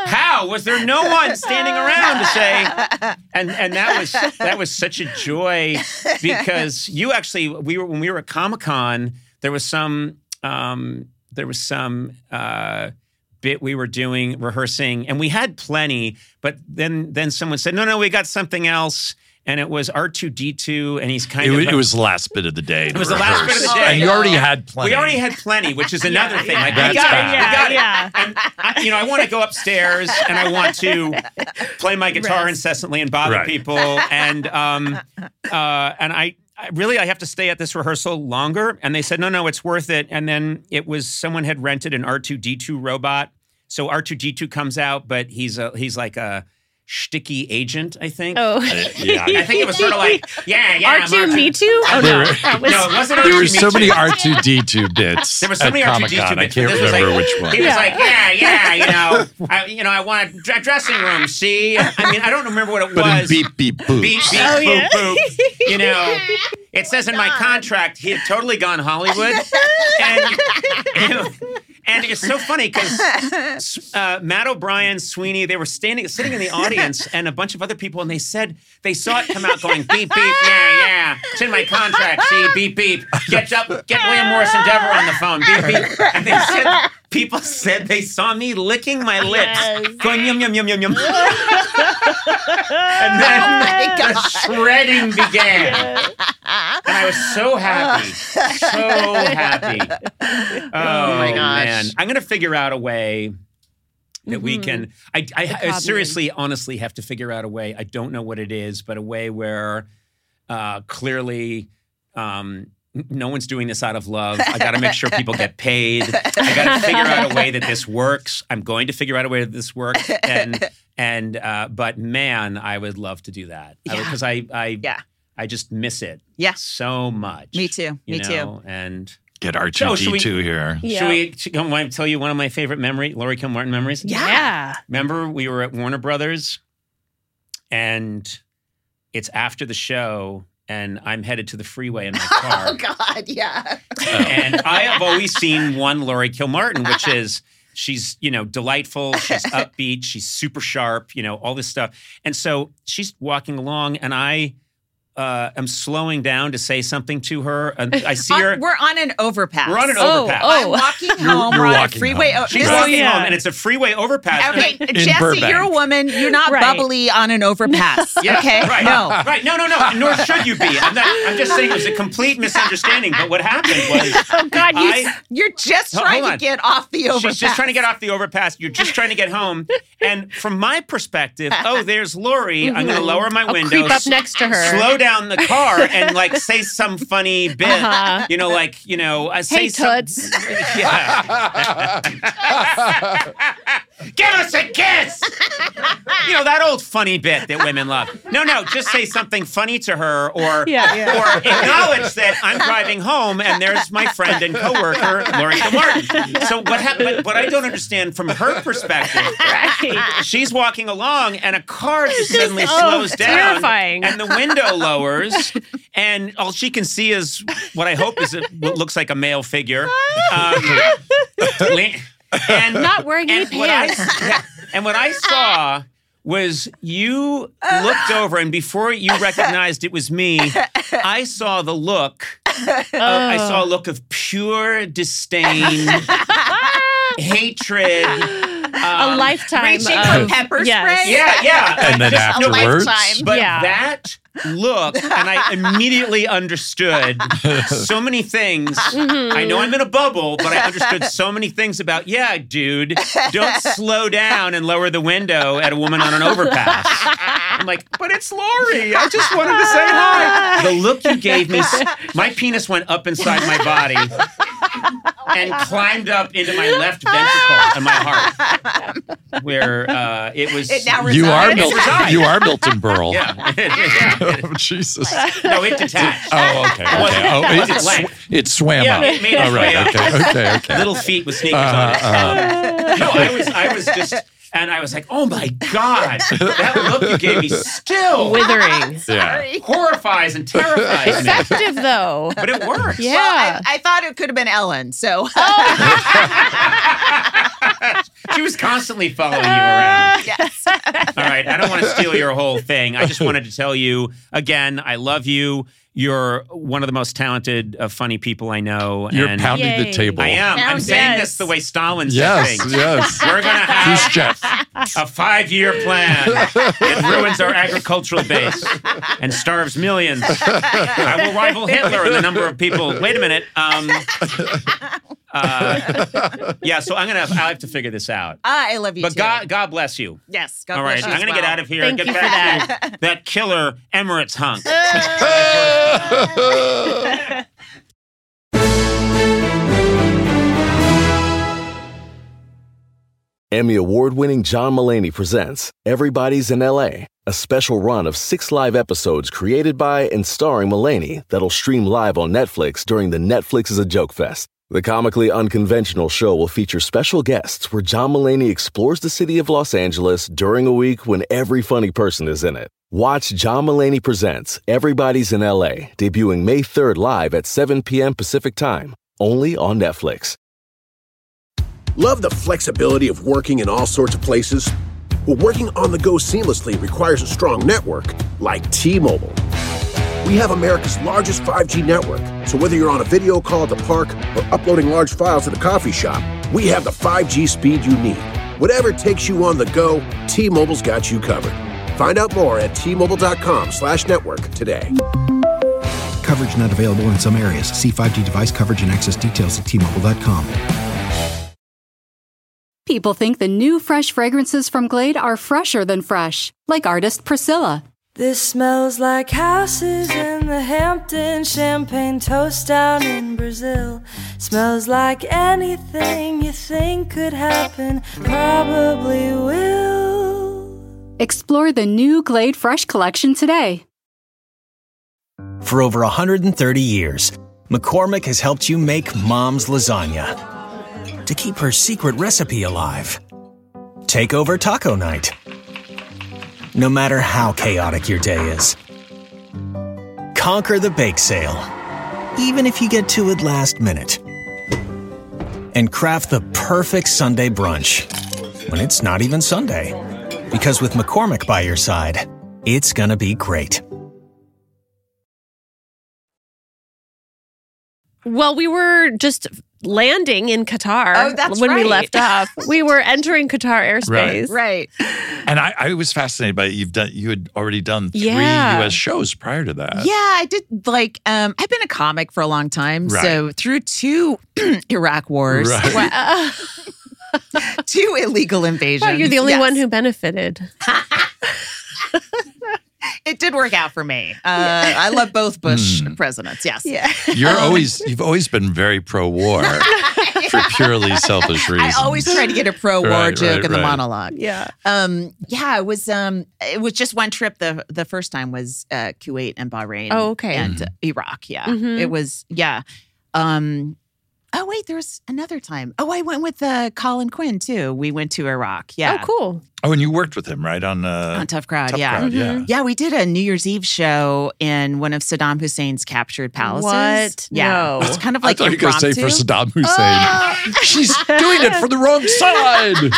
D: how was there no one standing around to say? And and that was that was such a joy because you actually we were when we were at Comic Con there was some um, there was some. Uh, bit we were doing rehearsing and we had plenty but then then someone said no no we got something else and it was r2d2 and he's kind
A: It,
D: of
A: wa- it was the last bit of the day.
D: It was the last bit of the day.
A: And you already had plenty.
D: we already had plenty, which is another thing. Like,
A: That's
D: we got it.
A: bad.
D: We got it.
B: Yeah,
D: And I, you know, I want to go upstairs and I want to play my guitar
C: Rest.
D: incessantly and bother
A: Right.
D: people. And um, uh, and I, I really I have to stay at this rehearsal longer. And they said, no, no, it's worth it. And then it was someone had rented an R two D two robot. So R two D two comes out, but he's a he's like a sticky agent, I think.
B: Oh.
A: yeah.
D: I think it was sort of like, yeah, yeah. I'm
B: Aren't you
D: R2D2.
B: me too? Oh
A: There
B: no.
A: were-
B: That was
D: No, it wasn't
A: There were
D: R2D2.
A: so many R2D2 bits.
D: There were so many
A: at
D: R2D2
A: Comic-Con, I can't
D: bits, but this was
A: remember
D: like-
A: which one.
D: He was
B: Yeah.
D: like, yeah, yeah, you know, I, you know, I want a dr- dressing room. See, I mean, I don't remember what it
A: But in
D: was.
A: beep beep boop.
D: beep, beep,
B: Oh,
D: boop,
B: yeah.
D: boop. You know, it says in my contract he had totally gone Hollywood, and and it's so funny because uh, Matt O'Brien, Sweeney, they were standing, sitting in the audience, and a bunch of other people, and they said they saw it come out going beep beep, yeah yeah, it's in my contract. See beep beep, get up, get William Morrison Dever on the phone, beep beep, and they said people said they saw me licking my lips,
B: Yes.
D: going yum yum yum yum yum, and
C: Oh
D: then the shredding began. And I was so happy, so happy. Oh,
C: my gosh.
D: man. I'm gonna figure out a way that we can.
C: Mm-hmm.
D: I, I, I
B: copying.
D: seriously, honestly, have to figure out a way. I don't know what it is, but a way where uh, clearly. Um, n- no one's doing this out of love. I got to make sure people get paid. I got to figure out a way that this works. I'm going to figure out a way that this works. And and uh, but man, I would love to do that
C: Yeah.
D: because I I
C: Yeah.
D: I just miss it
C: Yeah.
D: so much.
C: Me too.
D: you
C: Me too.
D: know? And
A: Get
D: So should
A: R2D2
D: we-
A: here.
B: Yeah.
D: Should we should, can I tell you one of my favorite memory, Laurie Kilmartin memories?
B: Yeah.
D: Remember we were at Warner Brothers and it's after the show and I'm headed to the freeway in my car.
C: Oh God, yeah.
B: Oh.
D: and I have always seen one Laurie Kilmartin, which is she's you know delightful, she's upbeat, she's super sharp, you know all this stuff. And so she's walking along, and I uh, am slowing down to say something to her. And I see
C: On-
D: her.
C: we're on an overpass.
D: We're on an
B: Uh, Oh,
D: overpass.
B: oh.
C: I'm walking home.
A: You're- you're
C: we're on a
A: walking
C: freeway.
A: home.
C: Oh,
D: She's
C: this
B: Right.
D: walking
C: is-
B: Yeah.
D: home, and it's a freeway overpass. and I-
C: Okay, Jesse,
A: Burbank.
C: you're a woman. You're not
B: Right.
C: bubbly on an overpass.
D: Yeah,
C: okay,
D: Right.
C: no.
D: Right. No, no, no. Nor should you be. I'm, not, I'm just saying it was a complete misunderstanding. But what happened was
B: Oh God, you
D: I
C: You're just
D: Ho-
C: trying
D: hold
C: to
D: on.
C: get off the overpass.
D: She's just trying to get off the overpass. You're just trying to get home. And from my perspective, oh, there's Lori. I'm going to lower my
B: Mm-hmm. I'll
D: windows.
B: creep up next to her.
D: Slow down the car and like say some funny bit.
B: Uh-huh.
D: You know, like you know, uh, say
B: Hey Toots.
D: Some, yeah. Give us a kiss. you know that old funny bit that women love. No, no, just say something funny to her, or
B: Yeah.
D: or acknowledge that I'm driving home and there's my friend and coworker Lori Martin. So what happened? What I don't understand from her perspective
B: Right.
D: She's walking along, and a car just suddenly
B: oh,
D: slows
B: it's
D: down,
B: terrifying.
D: and the window lowers, and all she can see is what I hope is a, what looks like a male figure. Um, le- and
B: Not wearing any
D: and what I-
B: pants.
D: yeah, and what I saw was you looked over, and before you recognized it was me, I saw the look. of- I saw a look of pure disdain, hatred.
B: a
D: um,
B: lifetime
C: Reaching
B: of,
C: for pepper
B: yes.
C: spray.
D: yeah, yeah.
A: And then
D: Just a
A: afterwards,
C: lifetime.
D: But
B: Yeah.
D: that look, and I immediately understood so many things.
C: Mm-hmm.
D: I know I'm in a bubble, but I understood so many things about, yeah, dude, don't slow down and lower the window at a woman on an overpass. I'm like, but it's Lori. I just wanted to say hi. The look you gave me, s- my penis went up inside my body and climbed up into my left ventricle and my heart, where uh, it was.
C: It now
A: you are
C: resides.
A: Milton.
D: Resides.
A: You are Milton Burl.
D: yeah.
A: Oh, Jesus.
D: No, it detached.
A: Oh, okay. okay.
D: wasn't-
A: Oh,
D: it
A: it,
D: wasn't
A: it,
D: length.
A: sw- it swam
D: Yeah,
A: up.
D: it made
A: All
D: its way
A: right.
D: up.
A: Okay. Okay. Okay.
D: Little feet with sneakers
A: Uh-huh,
D: on it. Um, no, I was, I was just, and I was like, oh my god, that look you gave me still
B: withering.
A: Yeah.
D: horrifies and terrifies me.
B: Effective though.
D: But it works.
B: Yeah. Oh.
C: Well, I, I thought it could have been Ellen. So
D: She was constantly following you around. All right, I don't want to steal your whole thing. I just wanted to tell you again, I love you. You're one of the most talented, uh, funny people I know.
A: You're
D: and
A: pounding
B: Yay.
A: the table.
D: I am. I'm
C: Found
D: saying
B: it.
D: this the way Stalin said
A: Yes.
D: things.
A: Yes.
D: We're gonna have
A: Khrushchev.
D: a five year plan. It ruins our agricultural base and starves millions. I will rival Hitler in the number of people. Wait a minute. Um, uh, yeah, so I'm gonna. I have to figure this out.
C: I love you.
D: But
C: too.
D: God, God bless you.
C: yes. God
D: All right,
C: bless you
D: I'm
C: as
D: gonna get
C: well.
D: out of here.
B: Thank
D: get
B: you for
D: back to that killer Emirates hunk.
E: Emmy award winning John Mullaney presents Everybody's in LA, a special run of six live episodes created by and starring Mullaney that'll stream live on Netflix during the Netflix is a Joke Fest. The comically unconventional show will feature special guests where John Mullaney explores the city of Los Angeles during a week when every funny person is in it. Watch John Mullaney Presents Everybody's in LA, debuting May 3rd live at 7 p.m. Pacific Time, only on Netflix.
F: Love the flexibility of working in all sorts of places? Well, working on the go seamlessly requires a strong network like T Mobile. We have America's largest 5G network, so whether you're on a video call at the park or uploading large files at a coffee shop, we have the 5G speed you need. Whatever takes you on the go, T Mobile's got you covered. Find out more at T Mobile.com slash network today.
G: Coverage not available in some areas. See 5G device coverage and access details at tmobile.com.
H: People think the new fresh fragrances from Glade are fresher than fresh, like artist Priscilla.
I: This smells like houses in the Hamptons, champagne toast down in Brazil. Smells like anything you think could happen, probably will.
H: Explore the new Glade Fresh collection today.
J: For over 130 years, McCormick has helped you make mom's lasagna to keep her secret recipe alive. Take over taco night. No matter how chaotic your day is, conquer the bake sale, even if you get to it last minute. And craft the perfect Sunday brunch when it's not even Sunday. Because with McCormick by your side, it's gonna be great.
B: Well, we were just landing in Qatar
C: Oh, that's
B: when we
C: right.
B: left off. We were entering Qatar airspace.
C: Right.
D: Uh,
A: And I, I was fascinated by it. You've done you had already done three
B: Yeah.
A: US shows prior to that.
C: Yeah, I did like um I've been a comic for a long time. So through two Iraq wars,
A: Right.
B: Wow.
C: two illegal invasions.
B: Wow, you're the only
C: Yes.
B: one who benefited.
C: it did work out for me. Uh, I love both Bush
D: Hmm.
C: presidents. Yes. Yeah.
A: You're always you've always been very pro war for purely selfish
C: I
A: reasons.
C: always try to get a pro-war
A: Right,
C: joke
A: right,
C: in the
A: right.
C: monologue.
B: Yeah.
C: Um, yeah, it was um, it was just one trip. the The first time was uh, Kuwait and Bahrain.
B: Oh, okay.
C: and
A: Mm-hmm.
C: Iraq. Yeah,
B: Mhm.
C: it was. Yeah. Um, oh wait, there was another time. Oh, I went with uh, Colin Quinn too. We went to Iraq. Yeah,
B: Oh, cool.
A: Oh, and you worked with him, right? On uh
C: on Tough Crowd.
A: Tough
C: yeah.
A: Crowd,
B: Mm-hmm.
A: yeah.
C: Yeah, we did a New Year's Eve show in one of Saddam Hussein's captured palaces.
B: What?
C: Yeah,
B: No.
C: it's kind of
A: I
C: like
A: thought you were going to say for
C: impromptu. Oh.
A: Saddam Hussein. She's doing it for the wrong side.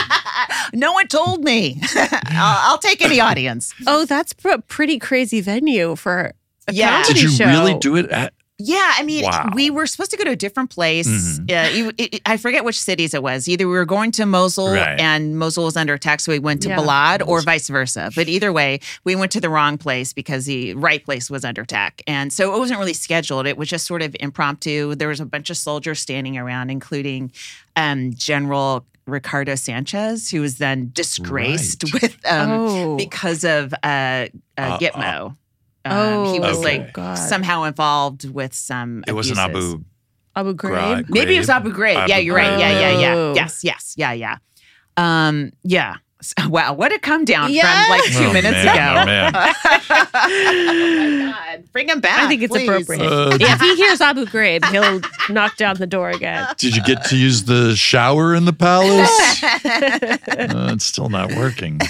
C: no one told me. I'll, I'll take any audience.
B: Oh, that's pr- a pretty crazy venue for a
C: Yeah.
B: comedy
A: Did you
B: show.
A: really do it? At,
C: Yeah, I mean,
A: Wow.
C: we were supposed to go to a different place.
A: Mhm.
C: Yeah, you- it- it- I forget which cities it was. Either we were going to Mosul
A: Right.
C: and Mosul was under attack, so we went to
B: Yeah.
C: Balad, or vice versa. But either way, we went to the wrong place because the right place was under attack, and so it wasn't really scheduled. It was just sort of impromptu. There was a bunch of soldiers standing around, including um, General. Ricardo Sanchez, who was then disgraced
A: Right.
C: with um,
B: Oh.
C: because of uh,
A: Uh,
C: uh, Gitmo. um,
B: Oh,
C: he was
A: Okay.
C: like
B: God.
C: somehow involved with some.
A: it was an
C: abuses.
A: Abu
B: Abu Ghraib.
A: Ghraib.
C: Maybe it was Abu Ghraib. yeah,
A: Abu
C: you're right. Yeah, yeah, yeah.
B: Ghraib.
C: Yes, yes, yeah, yeah. Um, yeah. So- wow, what a come down
B: Yeah.
C: from like two
A: Oh,
C: minutes
A: man,
C: ago.
A: oh, man.
C: oh my God. Bring him back.
B: I think it's
C: please.
B: appropriate.
A: Uh,
B: if he hears Abu Ghraib, he'll knock down the door again.
A: Did you get to use the shower in the palace? Uh, it's still not working.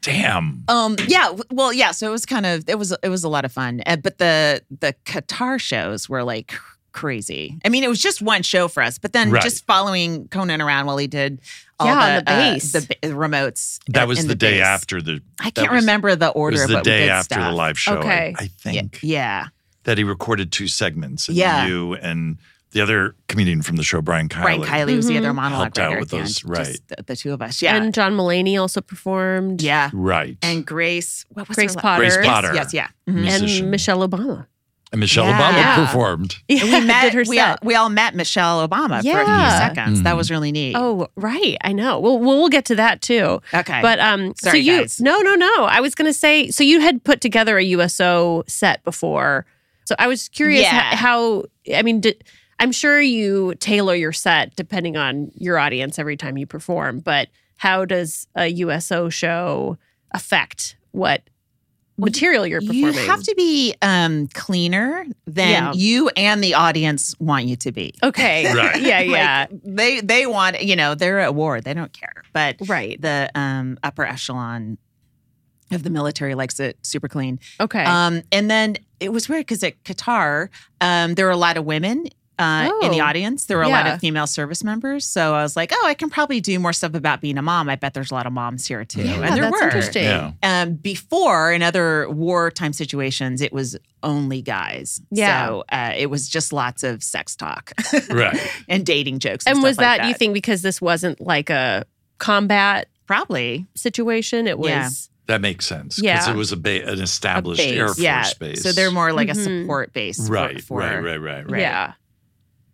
A: Damn.
C: Um, yeah, w- well, yeah. So it was kind of it was it was a lot of fun. Uh, but the the Qatar shows were like cr- crazy. I mean, it was just one show for us. But then
A: Right.
C: just following Conan around while he did all
B: Yeah, on
C: the,
B: the
C: uh,
B: base.
C: the b- remotes.
A: That
C: in-
A: was
C: in
A: the, day
C: base.
A: after the.
C: I
A: that
C: can't
A: was-
C: remember the
A: It
C: order,
A: was the
C: but we
A: day
C: did
A: after
C: stuff.
A: the live show. I-
B: Okay.
A: I,
C: Yeah,
A: think
C: yeah.
A: that he recorded two segments. And
C: Yeah.
A: You and the other comedian from the show, Brian Kiley.
C: Brian Kiley was the other monologue
A: Helped out
C: writer.
A: with
C: yeah,
A: those,
C: just
A: right.
C: the, the two of us. Yeah,
B: And John Mulaney also performed.
C: yeah.
A: Right.
C: And Grace, what was
B: Grace
C: her la-
B: Potter.
A: Grace Mm-hmm.
C: Yes,
A: Potter.
C: Yes, yeah.
A: musician.
B: And Michelle Obama.
A: And Michelle
C: Yeah.
A: Obama
C: Yeah.
A: performed.
B: Yeah,
C: And we met.
B: did her
C: we, all,
B: set.
C: we all met Michelle Obama for a few
B: Yeah.
C: seconds.
A: Mm-hmm.
C: That was really neat.
B: Oh, right. I know. Well, we'll we'll get to that too.
C: okay.
B: But um,
C: Sorry,
B: so you
C: guys.
B: no no no. I was gonna say so you had put together a USO set before. So I was curious
C: Yeah.
B: ho- how, I mean, did, I'm sure you tailor your set depending on your audience every time you perform. But how does a USO show affect what material you're
C: you
B: performing?
C: have to be um, cleaner than
B: Yeah.
C: you and the audience want you to be.
B: Okay.
A: Right.
B: Yeah. Yeah.
C: Like, they they want you know they're at war. They don't care. But
B: right.
C: the um, upper echelon of the military likes it super clean.
B: Okay.
C: Um, and then it was weird because at Qatar, um, there were a lot of women uh, in the
B: Oh,
C: audience. There were a lot
B: yeah.
C: of female service members. So I was like, oh, I can probably do more stuff about being a mom. I bet there's a lot of moms here too.
B: yeah,
C: and there
B: that's
C: were.
B: interesting.
A: Yeah.
C: Um, before in other wartime situations, it was only guys.
B: Yeah.
C: So uh, it was just lots of sex talk
A: Right.
C: and dating jokes. And,
B: And was
C: stuff like
B: that, you think because this wasn't like a combat
C: Probably.
B: situation? It was
C: Yeah.
A: That makes sense. Because
B: Yeah.
A: it was a ba- an
C: a
A: established
C: base.
A: Air Force
C: yeah.
A: base.
C: So they're more like
B: Mhm.
C: a support base. for-
A: Right,
C: For,
A: right, right, right,
C: Right.
B: yeah. Oh.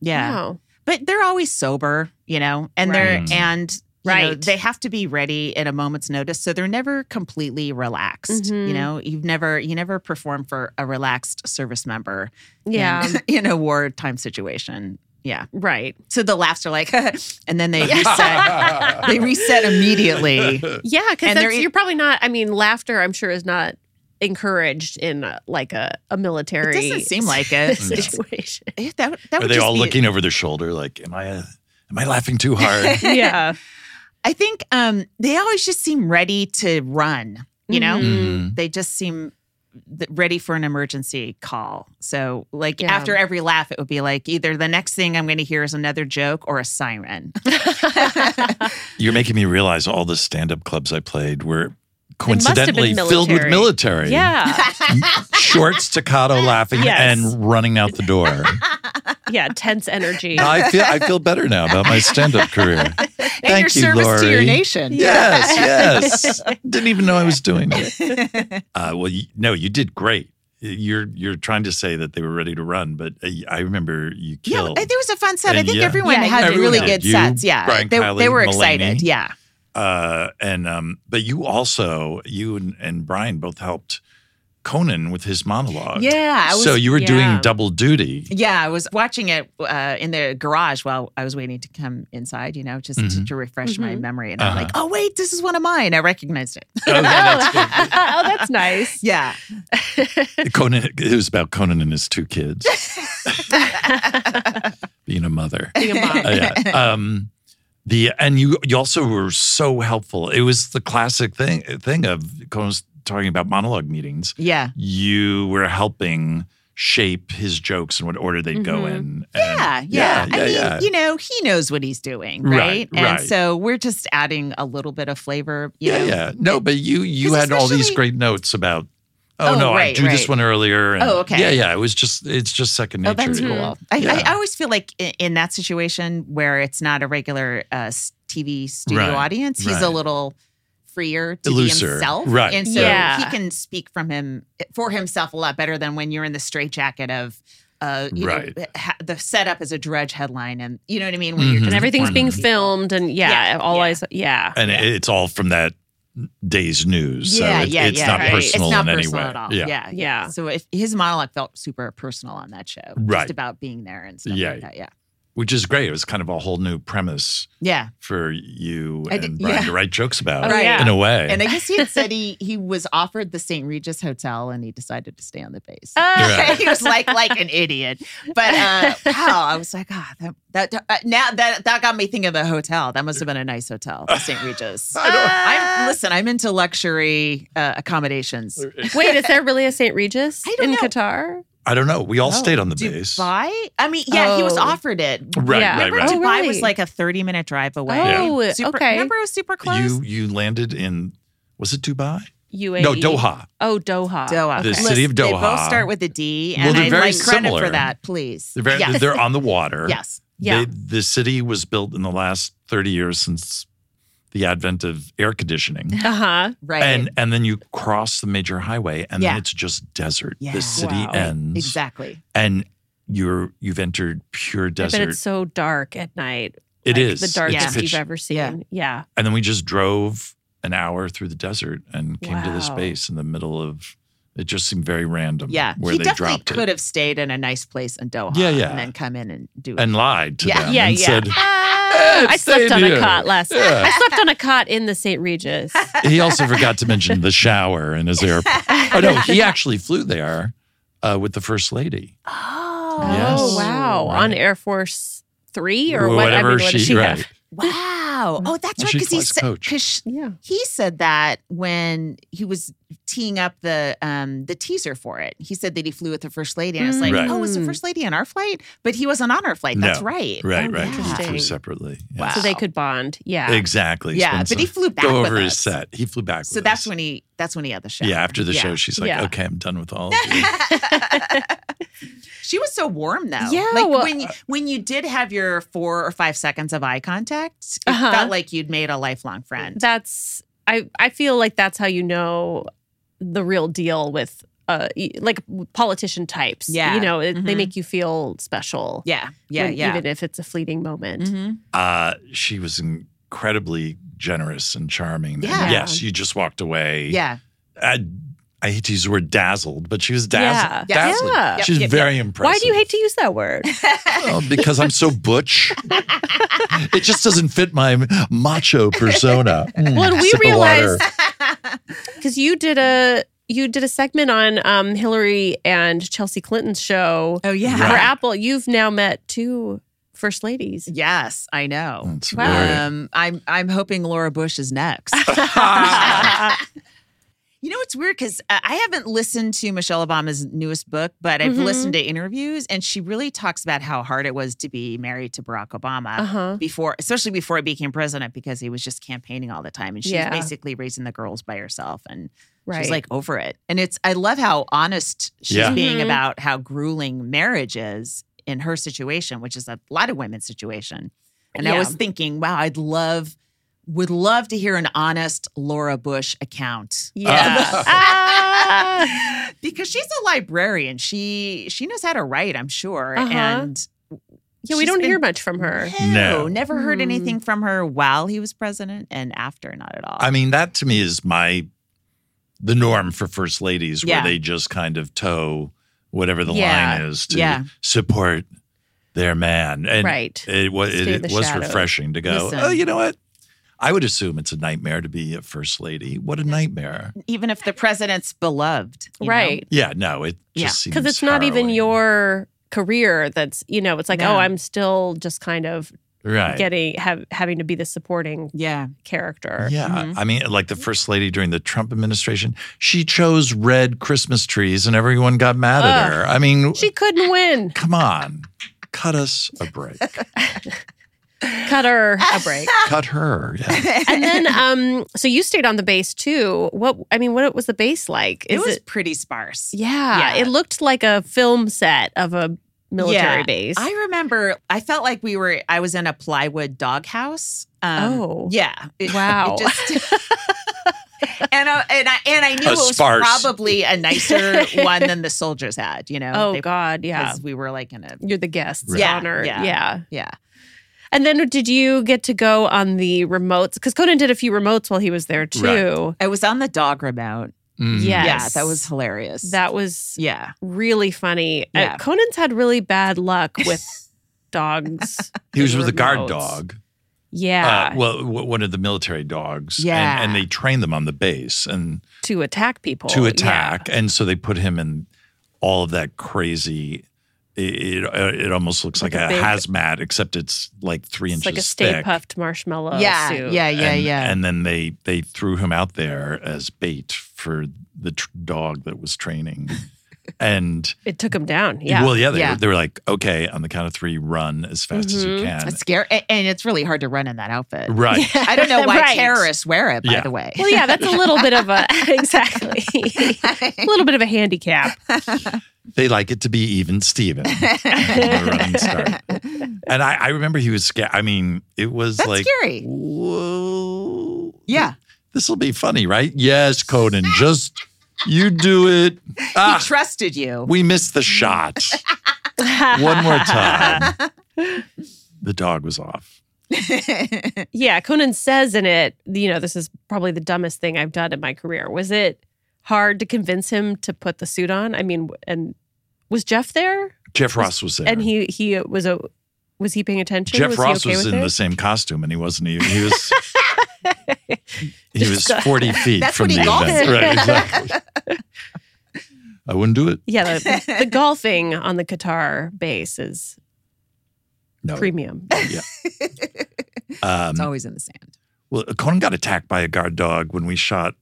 C: Yeah.
B: Wow.
C: but they're always sober, you know, and
A: Right.
C: they're and you know,
B: Right.
C: they have to be ready at a moment's notice, so they're never completely relaxed.
B: Mhm.
C: You know, you've never you never perform for a relaxed service member, in-
B: Yeah. Um,
C: in, a wartime situation. Yeah,
B: right.
C: so the laughs are like, and then they reset. they reset immediately.
B: Yeah,
C: And they're
B: because
C: e-
B: you're probably not. I mean, laughter. I'm sure is not encouraged in a, like a, a military
C: It doesn't seem like it.
B: situation.
C: Eh, That, that
A: Are
C: would
A: they
C: just
A: all
C: be-
A: looking over their shoulder? Like, am I uh, am I laughing too hard?
B: yeah.
C: I think um, they always just seem ready to run. You know,
A: Mhm.
C: they just seem th- ready for an emergency call. So, like
B: Yeah.
C: after every laugh, it would be like either the next thing I'm going to hear is another joke or a siren.
A: You're making me realize all the stand-up clubs I played were
B: must have been
A: coincidentally filled with military.
B: military. Yeah.
A: Short staccato laughing
B: Yes.
A: and running out the door.
B: Yeah. Tense energy.
A: I feel I feel better now about my stand-up career. Thank
C: and your
A: you,
C: service to your
A: Lori.
C: nation.
A: Yes, yes. Didn't even know I was doing it. Uh, well, you, no, you did great. You're you're trying to say that they were ready to run, but uh, I remember you
C: Yeah,
A: killed.
C: it was a fun set. I
A: And
C: think
A: yeah.
C: everyone
B: Yeah,
C: had
A: everyone
C: really
A: did.
C: good
A: You,
C: sets. Yeah,
A: Brian
C: they,
A: Kiley,
C: they were
A: Mulaney.
C: excited. Yeah,
A: uh, and um, but you also you and, and Brian both helped Conan with his monologue.
C: yeah. I was,
A: so you were
B: yeah.
A: doing double duty.
C: yeah, I was watching it uh, in the garage while I was waiting to come inside. You know, just to,
A: Mhm.
C: to refresh my memory. And I'm
A: Uh-huh.
C: like, oh wait, this is one of mine. I recognized it.
A: Okay, that's
B: oh, that's nice.
C: yeah.
A: good. Conan. It was about Conan and his two kids being a mother.
B: Being a mom.
A: Uh, yeah. Um, the and you you also were so helpful. It was the classic thing thing of Conan's talking about monologue meetings.
C: Yeah.
A: you were helping shape his jokes and what order they'd go in. and-
C: Mm-hmm. Yeah, yeah.
A: yeah,
C: I mean,
A: yeah.
C: you know, he knows what he's doing, right?
A: Right,
C: And
A: right.
C: so we're just adding a little bit of flavor, you
A: yeah,
C: know. Oh,
A: yeah. No, but you you
C: 'Cause
A: had all these
C: especially-
A: great notes about. Oh,
C: Oh,
A: no, I
C: right,
A: drew this
C: right.
A: one earlier. And
C: Oh, okay.
A: Yeah, yeah. It was just it's just second nature.
C: Oh, that's cool. I,
A: Yeah.
C: I, I always feel like in, in that situation where it's not a regular uh, s- TV studio
A: Right,
C: audience, he's a
A: right.
C: little freer to
A: Looser,
C: be himself,
A: right.
C: And so
B: Yeah.
C: he can speak from him for himself a lot better than when you're in the straitjacket of. Uh, you
A: Right.
C: know, ha- the setup is a Drudge headline, and you know what I mean. When you're
A: Mhm.
B: And
C: just
B: everything's
C: performing
B: being
C: people.
B: filmed, and yeah,
C: Yeah,
B: all
C: yeah.
B: eyes. Yeah.
A: And it it's all from that day's news.
C: Yeah,
A: so it-
C: yeah,
A: it's
C: yeah,
A: not
B: right.
A: personal
C: it's not
A: in
C: personal
A: any way.
C: at all.
A: Yeah.
C: Yeah. yeah,
B: Yeah.
C: So if his monologue felt super personal on that show,
A: Right.
C: just about being there and stuff
A: Yeah.
C: like that. Yeah,
A: Which is great. It was kind of a whole new premise
C: yeah.
A: for you
C: I
A: and
C: did-
A: Brian
C: yeah.
A: to write jokes about
C: Oh, yeah.
A: in a way.
C: And I guess he had said he he was offered the St. Regis Hotel and he decided to stay on the base.
B: Ah.
C: he was like like an idiot, but uh, wow! I was like, ah, that, that uh, now that that got me thinking of the hotel. That must have been a nice hotel, St. Regis.
A: I don't-
C: I'm listen. I'm into luxury uh, accommodations.
B: Wait, is there really a St. Regis
C: I don't
B: in
C: know.
B: Qatar?
A: I don't know. We all stayed on the base.
C: Oh, Dubai? I mean, yeah, he was
B: Oh.
C: offered it.
A: Right,
B: Yeah.
A: right,
C: Remember,
A: right.
B: Oh,
C: Dubai
B: really?
C: was like a 30 minute drive away.
B: Oh, Yeah.
C: Super-
B: okay.
C: Remember, it was super close.
A: You you landed in was it Dubai?
B: UAE.
A: No, Doha.
B: E? Oh, Doha.
C: Doha.
A: The
C: Okay.
A: city of
C: Listen, They both
A: Doha.
C: start with a D,
A: Well,
C: and
A: they're
C: I
A: very
C: like credit
A: similar.
C: for that, please.
A: They're, very,
C: yes.
A: they're on the water.
C: yes.
A: They,
B: Yeah.
A: the city was built in the last 30 years since the advent of air conditioning.
B: Uh huh.
C: Right.
A: And and then you cross the major highway and
C: Yeah.
A: then it's just desert.
C: Yeah.
A: The city
B: Wow.
A: ends.
C: exactly.
A: And you're you've entered pure
B: I bet
A: desert.
B: it's so dark at night.
A: It
B: like
A: is.
B: the darkest
A: It's
C: Yeah.
A: pitch-
B: you've ever seen.
C: Yeah.
B: Yeah.
A: And then we just drove an hour through the desert and came to this
B: Wow.
A: base in the middle of it just seemed very random
C: Yeah.
A: where
C: he
A: they
C: definitely
A: dropped
C: could
A: it
C: have stayed in a nice place in Doha
A: Yeah, yeah.
C: and then come in and do it.
A: and lied to
C: Yeah.
A: them
B: Yeah,
A: and
B: yeah.
A: said
B: Ah, I
A: it's
B: slept on a
A: stayed
B: cot
A: here.
B: last night.
A: Yeah.
B: I slept on a cot in the St. Regis.
A: he also forgot to mention the shower in his airport. Oh no, he actually flew there uh, with the first lady.
C: oh,
A: Yes.
B: Oh, wow. On
A: Right.
B: Air Force Three or what? I mean, what does she have?
A: right.
C: wow. Oh, that's
A: Well,
C: right.
A: she
C: Because he
A: flies
C: said,
A: coach.
C: because sh-
B: Yeah.
C: he said that when he was teeing up the um the teaser for it. He said that he flew with the first lady, and it's like,
A: Right.
C: oh, was the first lady on our flight? But he wasn't on our flight. That's
A: Mm. No.
C: right.
A: Right,
C: Oh,
A: right. 'cause
C: Yeah.
A: He flew
B: Interesting.
A: separately.
C: Wow.
A: Yes.
B: So they could bond. Yeah.
A: Exactly.
C: Yeah,
A: Spend
C: but he
A: some-
C: flew back
A: Go
C: with
A: over his
C: us.
A: set. He flew back.
C: So that's when he that's when he had the show.
A: Yeah, after the
C: Yeah.
A: show, she's like,
B: Yeah.
A: "Okay, I'm done with all of you."
C: She was so warm though.
B: Yeah,
C: Like
B: well- uh,
C: when you, when you did have your four or five seconds of eye contact, it
B: Uh-huh.
C: felt like you'd made a lifelong friend.
B: That's I. I feel like that's how you know the real deal with uh e- like politician types.
C: Yeah.
B: You know, it, they
C: Mhm.
B: make you feel special.
C: yeah, yeah,
B: when-
C: yeah.
B: Even if it's a fleeting moment.
C: Mhm.
A: Uh, she was incredibly generous and charming. And
C: Yeah.
A: yes, you just walked away.
C: Yeah.
A: I, I hate to use the word dazzled, but she was dazzled.
C: Yeah.
A: dazzling.
B: Yeah.
A: She's
C: Yep, yep,
A: very impressive.
B: Why do you hate to use that word?
A: Well, because I'm so butch. it just doesn't fit my macho persona. Mm,
B: Well, and we
A: sip of water.
B: realized because you did a you did a segment on um, Hillary and Chelsea Clinton's show
C: Oh yeah.
B: for Apple. You've now met two first ladies.
C: Yes, I know.
A: That's weird.
C: Um, I'm I'm hoping Laura Bush is next. You know, it's weird because I haven't listened to Michelle Obama's newest book, but I've
B: Mhm.
C: listened to interviews, and she really talks about how hard it was to be married to Barack Obama
B: Uh huh.
C: before, especially before he became president, because he was just campaigning all the time, and she's
B: Yeah.
C: basically raising the girls by herself, and
B: Right.
C: she's like over it. And it's I love how honest she's
A: Yeah.
C: being
B: Mhm.
C: about how grueling marriage is in her situation, which is a lot of women's situation. And I
B: Yeah.
C: was thinking, wow, I'd love would love to hear an honest Laura Bush account
B: yeah. Ah!
C: because she's a librarian. She she knows how to write, I'm sure.
B: Uh-huh.
C: And
B: yeah, we
C: she's
B: don't
C: been-
B: hear much from her.
C: No,
A: No.
C: never heard
B: Hmm.
C: anything from her while he was president and after, not at all.
A: I mean, that to me is my the norm for first ladies,
C: Yeah.
A: where they just kind of toe whatever the
B: Yeah.
A: line is to
C: Yeah.
A: support their man. And
B: Right.
A: it was
B: Stay
A: it,
B: in
A: it
B: the
A: was
B: shadows.
A: refreshing to go.
C: Listen.
A: Oh, you know what? I would assume it's a nightmare to be a first lady. What a nightmare!
C: Even if the president's beloved, you know?
B: Right.
A: Yeah, no, it
C: Yeah.
A: just
B: Because
A: seems
B: it's not even
A: harrowing.
B: your career that's, you know, it's like,
C: No.
B: oh, I'm still just kind of
A: right.
B: getting, have, having to be the supporting
C: Yeah.
B: character.
A: Yeah.
C: Mhm.
A: I mean, like the first lady during the Trump administration, she chose red Christmas trees and everyone got mad at
B: Ugh.
A: her. I mean,
B: She couldn't win.
A: come on, cut us a break.
B: Cut her a break.
A: cut her. Yeah.
B: and then, um, so you stayed on the base too. What, I mean, what was the base like?
C: It was pretty sparse.
B: Yeah,
C: Yeah.
B: it looked like a film set of a military
C: Yeah.
B: base.
C: I remember I felt like we were I was in a plywood doghouse. Um,
B: Oh.
C: yeah. It- it
B: Wow.
C: just- and I, and I and I knew
A: A
C: it was
A: sparse.
C: probably a nicer one than the soldiers had. You know.
B: oh
C: They-
B: God, yeah.
C: 'cause we were like in a
B: You're the guests
C: Right. Yeah,
B: honored. Yeah.
C: yeah. yeah.
B: And then did you get to go on the remotes? Because Conan did a few remotes while he was there too.
C: I was on the dog remote.
A: Mhm.
B: Yes.
C: Yeah, that was hilarious.
B: That was
C: yeah.
B: really funny. Uh,
C: Yeah.
B: Conan's had really bad luck with dogs.
A: He was with a guard
B: Remotes.
A: dog.
B: Yeah.
A: Uh, well, w- one of the military dogs. And-
C: Yeah.
A: And, they trained them on the base and
B: to attack people.
A: to
B: Yeah.
A: attack. And so they put him in all of that crazy. It, it, it almost looks like,
B: Like
A: a,
B: a big-
A: hazmat, except it's like three
B: It's
A: inches
B: like a stay
A: thick.
B: puffed marshmallow
C: yeah,
B: suit.
C: yeah, yeah,
A: and,
C: yeah,
A: And then they they threw him out there as bait for the tr- dog that was training. and
B: It took him down. Yeah.
A: well, yeah, they,
C: Yeah. Mm-hmm.
A: Were, they were like, okay, on the count of three, run as fast as you
B: Mhm.
A: can.
C: It's scary, and, and it's really hard to run in that outfit.
A: Right.
C: I don't know why
B: Right.
C: terrorists wear it. By
A: Yeah.
C: the way,
B: Well, yeah, that's a little bit of a exactly. a little bit of a handicap.
A: They like it to be even Steven. The running start. and I, I remember he was scared. I mean, it was
C: That's
A: like,
C: scary.
A: whoa.
C: Yeah.
A: This will be funny, right? Yes, Conan, just you do it.
C: He
A: Ah,
C: trusted you.
A: we missed the shot. One more time. The dog was off.
B: Yeah, Conan says in it, you know, this is probably the dumbest thing I've done in my career. Was it hard to convince him to put the suit on? I mean, and was Jeff there?
A: Jeff Ross was there.
B: And he he was a was he paying attention?
A: Jeff
B: was
A: Ross
B: he okay
A: was
B: with
A: in
B: it?
A: the same costume, and he wasn't even. He was. he was forty feet
C: That's
A: from
C: what he
A: the
C: calls
A: event.
B: it.
A: Right, exactly. I wouldn't do it.
B: Yeah, the, the golfing on the guitar bass is
A: No.
B: premium.
A: Um,
C: it's always in the sand.
A: well, Conan got attacked by a guard dog when we shot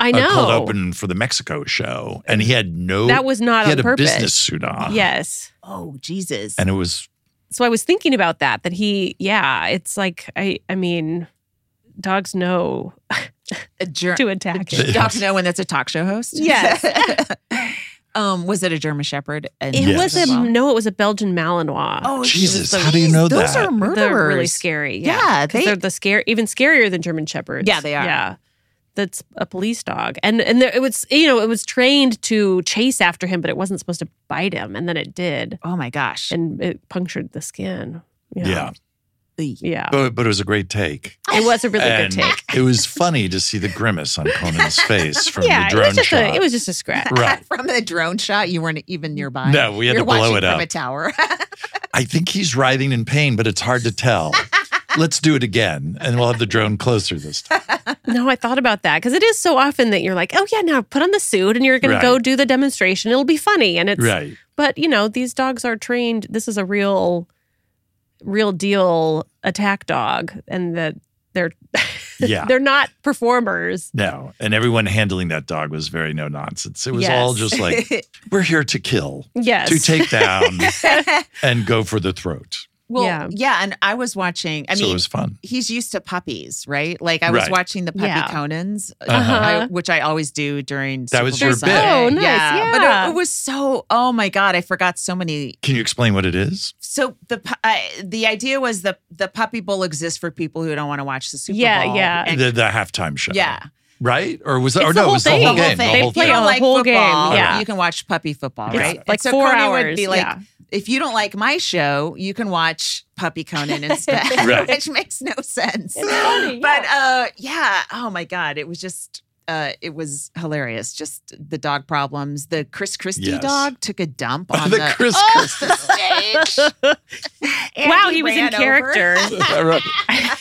B: I
A: a
B: know.
A: cold open for the Mexico show, and he had no.
B: that was not
A: he
B: on
A: had a
B: purpose.
A: business suit on.
B: Yes.
C: Oh Jesus!
A: and it was
B: so I was thinking about that. That he, yeah, it's like I, I mean, dogs know
C: a ger-
B: to attack.
A: They-
B: It.
C: Doctor No, when that's a talk show host.
B: Yes.
C: um, was it a German Shepherd? And Oh,
B: It was
A: Yes.
B: a
C: as well?
B: no. It was a Belgian Malinois.
C: Oh
A: Jesus.
C: geez,
A: How do you know
C: those
A: that?
C: Those are murderers.
B: they're really scary. Yeah,
C: Yeah,
B: 'Cause
C: they-
B: they're the scare even scarier than German shepherds.
C: Yeah, they are.
B: Yeah, that's a police dog, and and there, it was you know it was trained to chase after him, but it wasn't supposed to bite him, and then it did,
C: Oh my gosh.
B: and it punctured the skin.
A: yeah,
C: Eek.
B: yeah,
A: But, but it was a great take.
B: it was a really
A: and
B: good take.
A: It was funny to see the grimace on Conan's face from
B: Yeah,
A: the
B: it
A: drone
B: was just
A: shot.
B: a it was just a scratch.
A: right.
C: From the drone shot, you weren't even nearby.
A: No, we had
C: You're
A: to blow
C: watching
A: it
C: from
A: up.
C: a tower.
A: I think he's writhing in pain, but it's hard to tell. let's do it again, and we'll have the drone closer this time.
B: No, I thought about that because it is so often that you're like, oh, yeah, now put on the suit and you're going
A: Right.
B: to go do the demonstration. It'll be funny. And it's,
A: Right.
B: but you know, these dogs are trained. This is a real, real deal attack dog. And that they're,
A: Yeah.
B: they're not performers.
A: No, and everyone handling that dog was very no nonsense. It was all
B: Yes.
A: just like we're here to kill,
B: Yes.
A: to take down, and go for the throat.
C: Well,
B: Yeah.
C: yeah. and I was watching. I
A: so
C: mean,
A: it was fun.
C: he's used to puppies, right? Like I was
A: Right.
C: watching the puppy
B: Yeah.
C: Conan's, uh,
A: Uh-huh.
C: I- which I always do during. Super
A: was
C: Bowl
A: your bit.
C: Sunday.
B: Oh, nice.
C: But
B: Yeah.
C: it, it was so. Oh my god, I forgot so many
A: Can you explain what it is?
C: so the pu- uh, the idea was the the puppy bowl exists for people who don't want to watch the Super
B: Yeah,
C: Bowl.
B: yeah.
C: and-
A: the, the halftime show.
C: yeah.
A: Right? Or was that?
B: It's
A: or
B: the
A: no,
B: whole
A: it was
B: thing.
A: the whole
B: The whole
A: game.
B: thing.
A: The
B: They
A: whole
C: If you
B: play
A: thing.
B: all-
C: don't like
B: whole game,
C: football,
B: yeah.
C: you can watch puppy football,
B: It's
C: right? And
B: like
C: so
B: four
C: Conan would
B: hours,
C: be like,
B: yeah.
C: if you don't like my show, you can watch Puppy Conan instead,
A: Right.
C: which makes no sense.
B: funny,
C: but uh, yeah, oh my god, it was just. Uh, it was hilarious. Just the dog problems. The Chris Christie
A: Yes.
C: dog took a dump on
A: The
C: the,
A: Chris
C: off
B: Oh.
C: the stage. And
B: wow. He, was in
C: ran over.
B: character.
A: Right.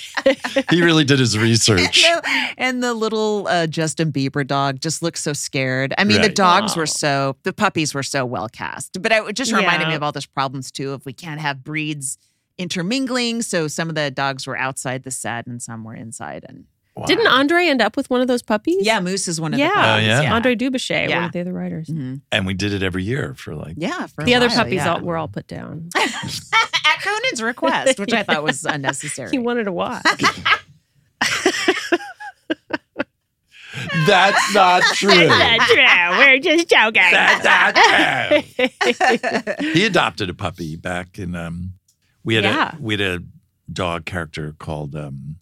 A: he really did his research.
C: No, and the little uh, Justin Bieber dog just looked so scared. I mean, the
A: Right.
C: dogs
B: Oh.
C: were so, the puppies were so well cast. But it just reminded
B: Yeah.
C: me of all those problems too. If we can't have breeds intermingling, so some of the dogs were outside the set and some were inside. And
A: Wow.
B: Didn't Andre end up with one of those puppies?
C: yeah, Moose is one of
B: Yeah.
C: the
B: Oh,
C: puppies.
A: yeah?
B: Andre Dubochet, one
C: Yeah.
B: of the other writers.
C: Mhm.
A: and we did it every year for like
C: yeah for a
B: The other
C: while,
B: puppies
C: yeah.
B: all, were all put down.
C: at Conan's request, which I thought was unnecessary.
B: he wanted to watch.
A: That's not true. That's
B: true. We're just joking.
A: not true. he adopted a puppy back in um we had
B: Yeah.
A: a we had a dog character called um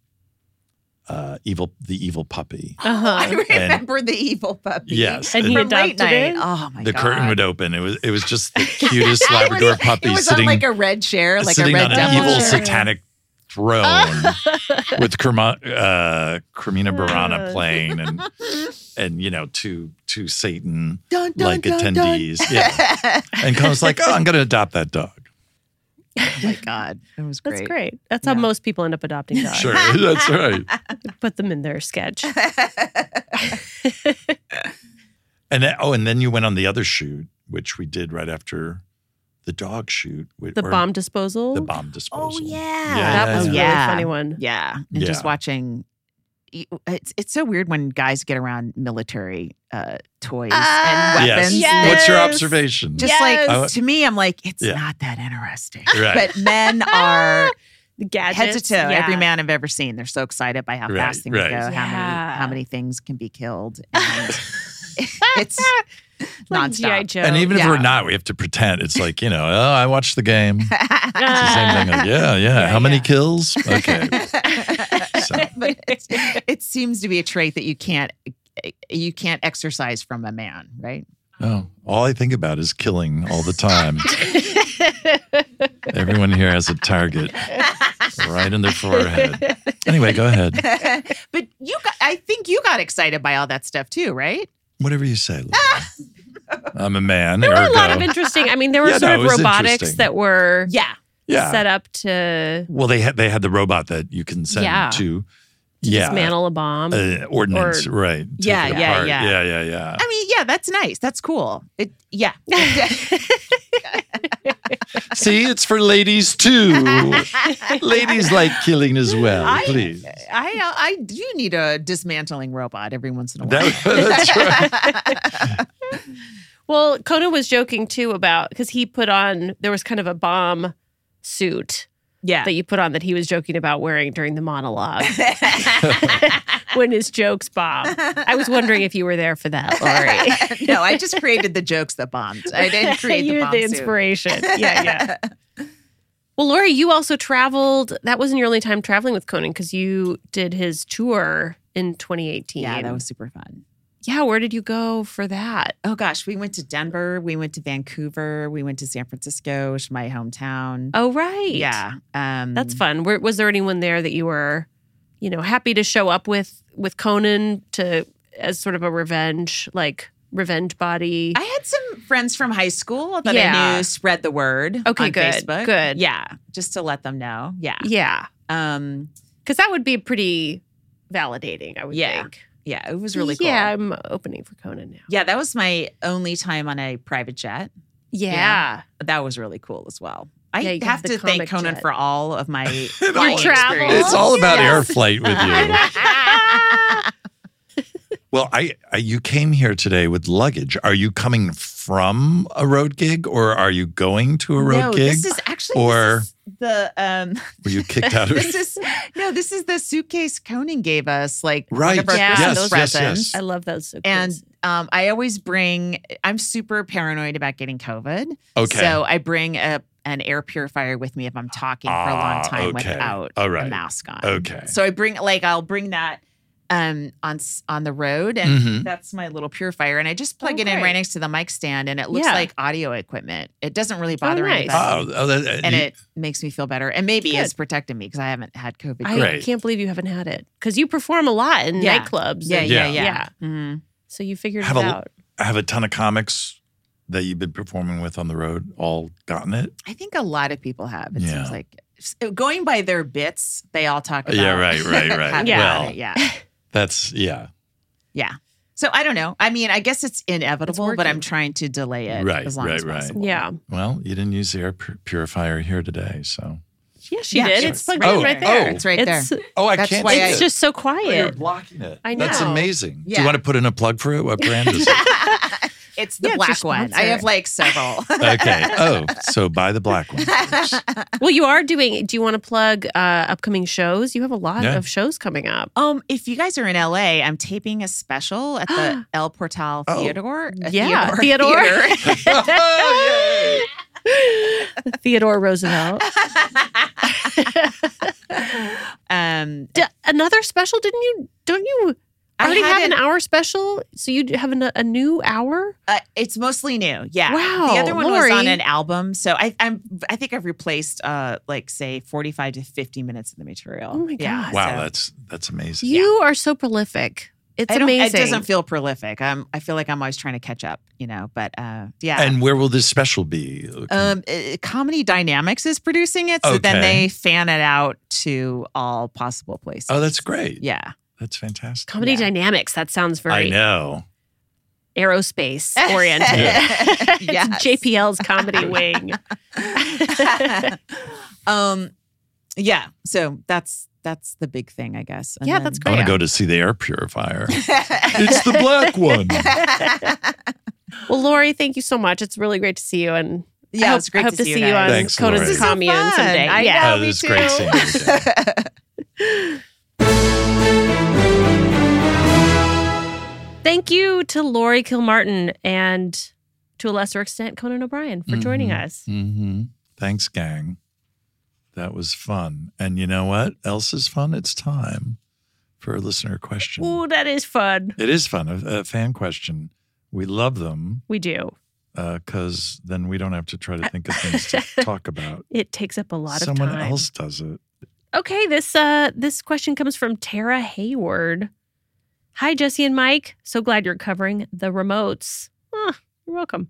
A: uh evil the evil
C: Oh
A: puppy.
C: I
B: Uh-huh.
C: remember the evil puppy.
A: Yes.
B: And
A: the-
B: he
C: From late
B: adopted
C: night.
B: it.
C: Oh my
A: the
C: god.
A: curtain would open. It was it was just the cutest Labrador
C: it was,
A: puppy
C: it was
A: sitting
C: on like a red chair, like a
A: sitting
C: red
A: on an
C: devil
A: evil
C: chair.
A: satanic throne with Kerma, uh, Carmina Burana
B: Uh.
A: playing and and you know two two Satan
C: Dun, dun,
A: like
C: dun, dun.
A: attendees. Yeah. and Cohen's like, oh, I'm going to adopt that dog.
C: Oh my god, that was
B: That's
C: great.
B: great. That's how
C: Yeah.
B: most people end up adopting dogs.
A: Sure, that's right.
B: Put them in their sketch.
A: And then, oh, and then you went on the other shoot, which we did right after the dog shoot. wh-
B: The
A: or
B: bomb disposal.
A: The bomb
B: Oh,
A: disposal.
C: Oh, yeah.
B: That was a really
C: Yeah.
B: funny one.
C: Yeah, and
A: Yeah.
C: just watching. It's it's so weird when guys get around military uh, toys
B: Ah,
C: and
A: Yes.
C: weapons.
B: Yes.
A: What's your
B: Yes.
A: observation?
C: Just
B: Yes.
A: I wa-
C: like to me, I'm like it's
A: Yeah.
C: not that interesting.
A: Right.
C: But men are
B: The gadgets.
C: head to toe.
B: Yeah.
C: Every man I've ever seen, they're so excited by how
A: Right,
C: fast things
A: right.
C: go, how
B: Yeah.
C: many how many things can be killed. And it's
B: Like
C: nonstop.
B: G.I. Joe.
A: and even if
C: yeah.
A: we're not, we have to pretend. It's like, you know, oh, I watched the game. It's the same thing. Like, yeah, yeah. How many kills? Okay. So,
C: but it's, it seems to be a trait that you can't you can't exercise from a man, right?
A: oh, all I think about is killing all the time. Everyone here has a target right in their forehead. Anyway, go ahead.
C: but you got, I think you got excited by all that stuff too, right?
A: Whatever you say. Lily. I'm a man.
B: there were a
A: ergo.
B: lot of interesting. I mean, there were
A: Yeah,
B: sort
A: no, it
B: of
A: was
B: robotics
A: interesting.
B: that were
C: Yeah.
A: yeah.
B: set up to
A: Well, they had they had the robot that you can send
B: Yeah.
A: to, yeah,
B: dismantle a bomb.
A: uh, ordnance,
B: or-
A: right? take
C: Yeah,
A: it
C: yeah,
A: apart.
C: yeah.
A: yeah, yeah, yeah.
C: I mean, yeah, that's nice. That's cool. It, yeah.
A: See, it's for ladies too. ladies like killing as well.
C: I-
A: please.
C: I I do need a dismantling robot every once in a while.
A: That, that's right.
B: Well, Conan was joking too about because he put on there was kind of a bomb suit
C: yeah.
B: that you put on that he was joking about wearing during the monologue when his jokes bomb. I was wondering if you were there for that, Lori.
C: no, I just created the jokes that bombed. I didn't create the
B: You're
C: bomb
B: the
C: suit.
B: inspiration. Yeah, yeah. Well, Lori, you also traveled. That wasn't your only time traveling with Conan because you did his tour in 2018.
C: Yeah, that was super fun.
B: Yeah, where did you go for that?
C: Oh gosh, we went to Denver, we went to Vancouver, we went to San Francisco, which is my hometown.
B: Oh, right.
C: yeah. Um
B: That's fun. Were, was there anyone there that you were, you know, happy to show up with with Conan to as sort of a revenge, like revenge body?
C: I had some friends from high school that
B: Yeah.
C: I knew spread the word
B: Okay,
C: on
B: good,
C: Facebook.
B: good.
C: Yeah, just to let them know. Yeah.
B: yeah.
C: Um,
B: Because that would be pretty validating, I would
C: Yeah.
B: think.
C: yeah, it was really cool.
B: Yeah, I'm opening for Conan now.
C: Yeah, that was my only time on a private jet.
B: Yeah.
C: That was really cool as well.
B: Yeah,
C: I
B: you got
C: have
B: the
C: to thank
B: comic
C: Conan
B: jet.
C: for all of my
B: Your
C: flying
B: travel.
C: experience.
A: It's all about air
B: Yes.
A: flight with you. well, I, I you came here today with luggage. Are you coming from a road gig or are you going to a road
C: no,
A: gig?
C: this is actually
A: or-
C: this is the um
A: Were you kicked out of
C: this is no, this is the suitcase Conan gave us, like one
A: Right.
C: of our
B: Yeah.
C: Christmas
A: Yes, yes, yes.
C: presents.
B: I love those. So
C: And um, I always bring. I'm super paranoid about getting COVID.
A: Okay.
C: So I bring a an air purifier with me if I'm talking for a long
A: Ah,
C: time
A: okay.
C: without
A: All
C: a
A: right.
C: mask on.
A: Okay.
C: um, So I bring like I'll bring that um on s- on the road and
A: Mhm.
C: that's my little purifier and I just plug
B: Oh,
C: it in right
B: great.
C: next to the mic stand and it looks
B: Yeah.
C: like audio equipment. It doesn't really bother
B: nice.
C: anybody.
A: Oh, oh, that-
C: and
A: you-
C: it makes me feel better. And maybe
B: Good.
C: it's protecting me because I haven't had COVID.
B: I
A: Great.
B: can't believe you haven't had it because you perform a lot in
C: Yeah.
B: nightclubs.
C: yeah,
B: and-
C: yeah, yeah.
A: Yeah.
C: Mhm.
B: So you figured
A: Have
B: it
A: a-
B: out.
A: I have a ton of comics that you've been performing with on the road all gotten it.
C: I think a lot of people have. It
A: Yeah.
C: seems like uh, going by their bits, they all talk about.
A: Yeah, right, right, right.
C: having
B: Yeah.
C: it,
A: Well.
C: yeah,
A: That's yeah.
C: yeah. So I don't know. I mean, I guess it's inevitable, but I'm
B: working.
C: trying to delay it
A: Right,
C: as long
A: right,
C: as
A: right.
C: possible.
B: Yeah.
A: Well, you didn't use the air pu- purifier here today, so.
B: Yeah, she
C: Yeah,
B: did.
C: sure.
B: It's plugged
A: Oh,
B: in right
A: oh.
B: there.
C: It's right
B: it's,
C: there.
A: Oh, I
C: That's
A: can't.
C: why
A: see
C: I-
A: it. Oh,
B: It's just so quiet.
A: blocking it.
B: I
A: That's
B: know.
A: amazing. Do
C: Yeah.
A: you want to put in a plug for it? What brand is it?
C: it's the
B: Yeah, it's your
C: black one. I
B: sponsor.
C: have like several.
A: okay. Oh, so buy the black one. folks.
B: Well, you are doing. Do you want to plug uh, upcoming shows? You have a lot
A: Yeah.
B: of shows coming up.
C: Um, if you guys are in LA, I'm taping a special at the El Portal
A: Oh.
C: Theodore. uh,
B: Yeah,
C: Theodore.
B: Theodore.
C: Theater.
B: Theodore Roosevelt.
C: um,
B: D- another special? Didn't you? Don't you
C: I
B: already have an
C: haven't-
B: hour special? So you have an, a new hour?
C: Uh, it's mostly new. Yeah.
B: Wow,
C: The other one was on
B: Lori.
C: an album, so I, I'm I think I've replaced uh like say 45 to 50 minutes of the material.
B: Oh my
C: Yeah,
B: God.
A: Wow,
C: so-
A: that's that's amazing.
B: You are so prolific. It's
C: I don't,
B: amazing.
C: It doesn't feel prolific. I'm, I feel like I'm always trying to catch up, you know. But uh, yeah.
A: And where will this special be?
C: um, uh, Comedy Dynamics is producing it, so then
A: Okay.
C: they fan it out to all possible places.
A: oh, that's great.
C: yeah.
A: That's fantastic.
B: Comedy
C: Yeah.
B: dynamics. That sounds
A: I
B: very
A: know.
B: aerospace oriented.
C: Yeah.
B: It's
C: Yes.
B: JPL's comedy wing.
C: um, yeah. So that's that's the big thing, I guess.
B: Yeah, that's
A: I want
B: Yeah.
A: to go to see the air purifier. it's the black one.
B: Well, Lori, thank you so much. It's really great to see you, and I
C: Yeah,
B: hope,
C: it's great
B: I hope
C: to,
B: to,
C: see
B: you,
C: guys.
B: on
A: Thanks,
B: Conan
A: Lori. This is so
B: Commune
C: fun.
B: someday.
C: I
B: yeah,
C: know.
A: Oh, this
C: me
A: is great
C: too.
A: seeing you again.
B: Thank you to Lori Kilmartin and to a lesser extent Conan O'Brien for joining
A: Mhm.
B: us.
A: hmm Thanks, gang. That was fun. And you know what else is fun? It's time for a listener question.
B: Ooh, that is fun.
A: It is fun. A, a fan question. We love them
B: We do.
A: because then we don't have to try to think of things to talk about.
B: It takes up a lot
A: Someone
B: of time.
A: else does it.
B: Okay, this uh this question comes from Tara Hayward. Hi Jesse and Mike, so glad you're covering the remotes. Huh, you're welcome.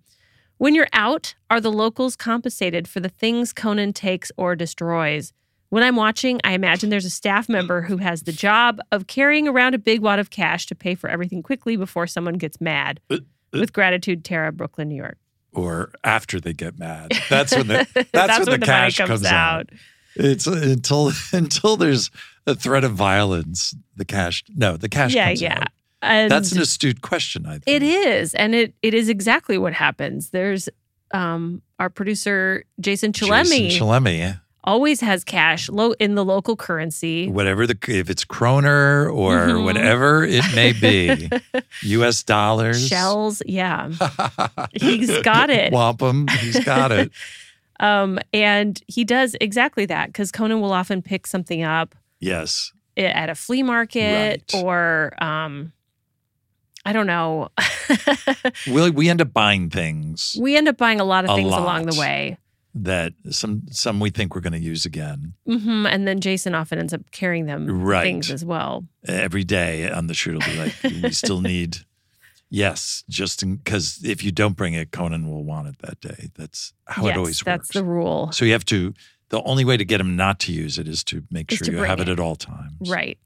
B: When you're out, are the locals compensated for the things Conan takes or destroys? When I'm watching, I imagine there's a staff member who has the job of carrying around a big wad of cash to pay for everything quickly before someone gets mad.
A: Uh, uh.
B: With gratitude, Tara, Brooklyn, New York.
A: Or after they get mad. That's when the, that's when the
B: money
A: cash comes, out. It's until until there's a threat of violence, the cash no, the cash
B: Yeah,
A: comes
B: yeah.
A: out.
B: And
A: That's an astute question, I think.
B: It is, and it it is exactly what happens. There's um our producer Jason Chalemi
A: Jason Chalemi.
B: always has cash low in the local currency.
A: Whatever the if it's kroner or
B: Mhm.
A: whatever it may be, U.S. dollars.
B: Shells, yeah. He's got it.
A: Wampum. He's got it.
B: Um, and he does exactly that because Conan will often pick something up
A: Yes.
B: i- at a flea market
A: Right.
B: or um, I don't know.
A: We we end up buying things
B: we end up buying a lot of
A: A
B: things
A: lot.
B: along the way.
A: that some some we think we're going to use again
B: hmm And then Jason often ends up carrying them
A: Right.
B: things as well.
A: every day on the shoot. It'll be like we still need. Yes, just because if you don't bring it, Conan will want it that day. That's how
B: yes,
A: it always
B: that's
A: works.
B: the rule.
A: so you have to the only way to get him not to use it is to make
B: Is
A: sure
B: to
A: you
B: bring
A: have it,
B: it.
A: at all times.
B: Right.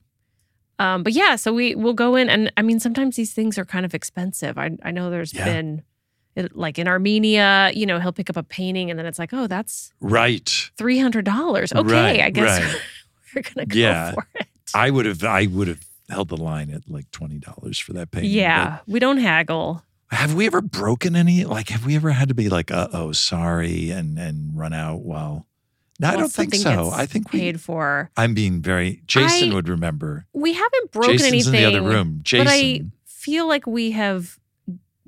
B: Um, but yeah, so we we'll go in, and I mean, sometimes these things are kind of expensive. I I know there's
A: Yeah.
B: been, it, like in Armenia, you know, he'll pick up a painting, and then it's like, oh, that's
A: Right.
B: three hundred dollars. Okay,
A: Right,
B: I guess
A: right.
B: we're gonna go
A: Yeah.
B: for it.
A: I would have I would have held the line at like twenty dollars for that painting.
B: yeah, we don't haggle.
A: But have we ever broken any? Like, have we ever had to be like, uh oh, sorry, and and run out? Well, no, I
B: Well,
A: don't think
B: something
A: so.
B: gets
A: I think we.
B: paid for.
A: I'm being very. Jason
B: I-
A: would remember.
B: We haven't broken
A: Jason's
B: anything.
A: in the other room. Jason.
B: But I feel like we have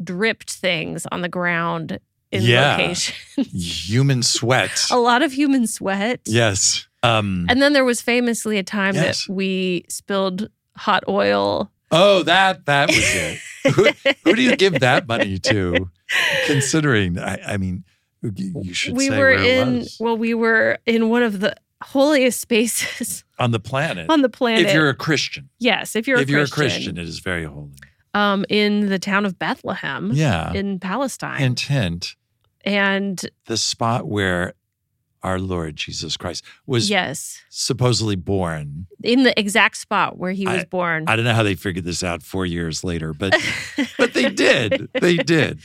B: dripped things on the ground in
A: Yeah.
B: location.
A: human sweat.
B: a lot of human sweat.
A: Yes. Um.
B: And then there was famously a time
A: Yes.
B: that we spilled hot oil.
A: oh, that that was it. who, who do you give that money to? Considering, I, I mean, y- you should
B: we
A: say
B: were
A: where it
B: in
A: was
B: well, we were in one of the holiest spaces
A: on the planet.
B: on the planet.
A: If you're a Christian,
B: yes, if you're
A: if
B: a
A: you're a
B: Christian,
A: Christian, it is very holy.
B: um, in the town of Bethlehem,
A: Yeah.
B: in Palestine,
A: Hint, hint.
B: and
A: The spot where our Lord Jesus Christ was
B: yes,
A: supposedly born.
B: in the exact spot where he was
A: I-
B: born.
A: I don't know how they figured this out four years later, but but they did. They did.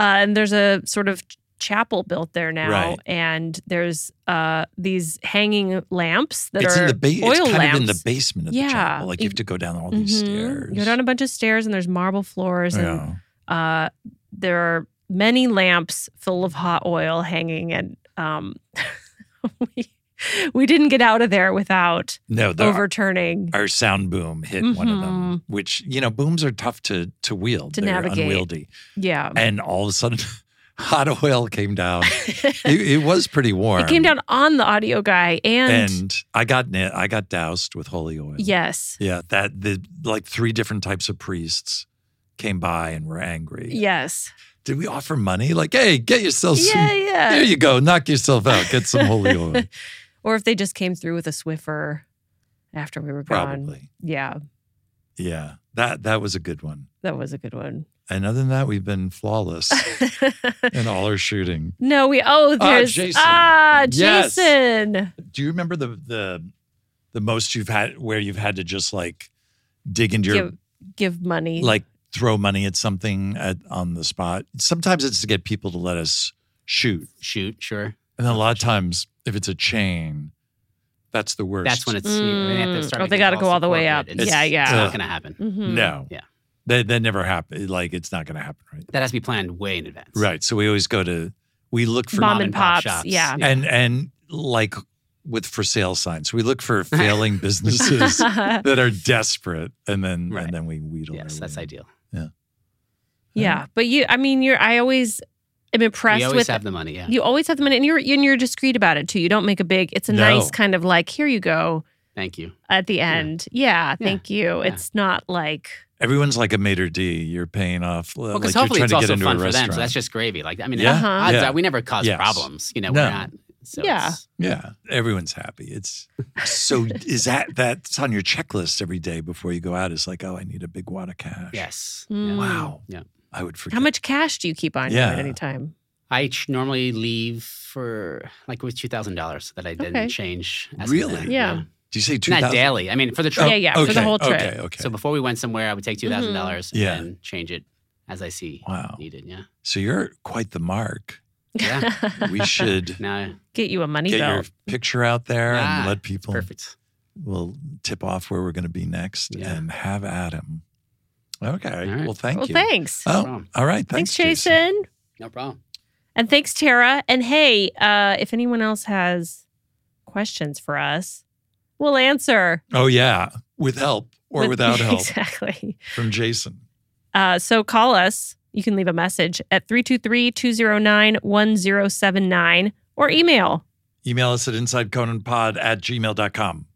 B: Uh, and there's a sort of chapel built there now,
A: Right.
B: and there's uh, these hanging lamps that
A: it's
B: are
A: in the ba-
B: oil
A: It's kind
B: lamps.
A: of in the basement of
B: Yeah.
A: the chapel. Like you have to go down all these
B: Mhm.
A: stairs.
B: You go down a bunch of stairs, and there's marble floors,
A: yeah.
B: and uh, there are many lamps full of hot oil hanging. And um, we we didn't get out of there without
A: No, the,
B: overturning.
A: our sound boom hit one of them, which you know booms are tough to to wield.
B: Mm-hmm. To
A: They're
B: navigate.
A: unwieldy,
B: yeah,
A: and all of a sudden, hot oil came down. it, it was pretty warm.
B: it came down on the audio guy, and,
A: and, I got ni- I got doused with holy oil.
B: yes,
A: yeah. That the like three different types of priests came by and were angry.
B: yes,
A: Did we offer money? Like, hey, get yourself some.
B: yeah, yeah.
A: Here you go. Knock yourself out. Get some holy oil.
B: or if they just came through with a Swiffer after we were gone.
A: Probably.
B: Yeah,
A: Yeah. That that was a good one.
B: that was a good one.
A: And other than that, we've been flawless in all our shooting.
B: no, we oh there's
A: Jason.
B: ah
A: Yes.
B: Jason.
A: Do you remember the the the most you've had where you've had to just like dig into your
B: Give give money.
A: like throw money at something at, on the spot? Sometimes it's to get people to let us shoot,
K: Shoot, sure.
A: and then a lot of times if it's a chain, that's the worst.
K: That's when it's.
B: Mm. Oh, they gotta go all the way up. Yeah, yeah.
K: It's not
A: Ugh.
K: going to happen.
B: Mhm.
A: uh, no,
K: Yeah.
A: that that never happen. Like it's not going to happen, right?
K: That has to be planned way in advance.
A: Right. So we always go to we look for
B: Mom
K: Mom
B: and
K: and pop
B: pops,
K: shops.
B: yeah.
A: and and like with for sale signs we look for failing businesses that are desperate and then
K: Right.
A: and then we wheedle our
K: Yes,
A: way
K: that's
A: in.
K: ideal.
B: yeah, but you I mean you're I always am
K: we
B: impressed
K: always
B: with
K: have the money. Yeah.
B: you always have the money and you're and you're discreet about it too. You don't make a big it's a
A: No.
B: nice kind of like here you go
K: Thank you.
B: at the end. Yeah, thank you.
K: Yeah.
B: It's not like
A: everyone's like a maitre d you're paying off well,
K: Well,
A: like
K: because
A: you're
K: hopefully
A: trying
K: it's
A: to get
K: also
A: into a
K: fun for
A: restaurant
K: them. So that's just gravy. Like, I mean,
A: Yeah.
B: Uh-huh.
K: odds
A: Yeah.
K: are we never cause
A: Yes.
K: problems. You know,
A: No.
K: we're not. So
B: Yeah.
K: it's-
A: yeah everyone's happy it's so is that that's on your checklist every day before you go out it's like oh i need a big wad of cash
K: Yes.
B: Mm.
A: wow
K: Yeah.
A: i would forget
B: how much cash do you keep on you
A: Yeah.
B: at any time?
K: I ch- normally leave for like with two thousand dollars that I didn't
B: Okay.
K: change. as of
A: Really?
K: then,
B: Yeah.
A: do you say two
K: Not
A: thousand
K: daily. I mean, for the
A: oh,
K: trip.
B: Yeah, yeah, for the
A: okay,
B: whole trip.
A: okay okay
K: So before we went somewhere, I would take
B: Mm-hmm.
K: two dollars
A: Yeah.
K: and then change it as I see
A: wow
K: needed. Yeah.
A: so you're quite the mark
K: Yeah.
A: we should
K: Now,
B: Get you a money
A: get
B: belt.
A: your picture out there
K: Ah,
A: and let people
K: perfect.
A: will tip off where we're going to be next
K: Yeah.
A: and have Adam. Okay.
K: All right.
A: Well, thank
B: well,
A: you.
B: thanks.
A: Oh,
K: problem.
A: all right. Thanks,
B: thanks,
A: Jason.
B: Jason.
K: No problem.
B: And thanks, Tara. And hey, uh, if anyone else has questions for us, we'll answer.
A: Oh yeah, with help or
B: With-
A: without help
B: Exactly.
A: from Jason.
B: Uh, so call us. You can leave a message at 323 209 1079 or email.
A: Email us at insideconanpod at gmail.com.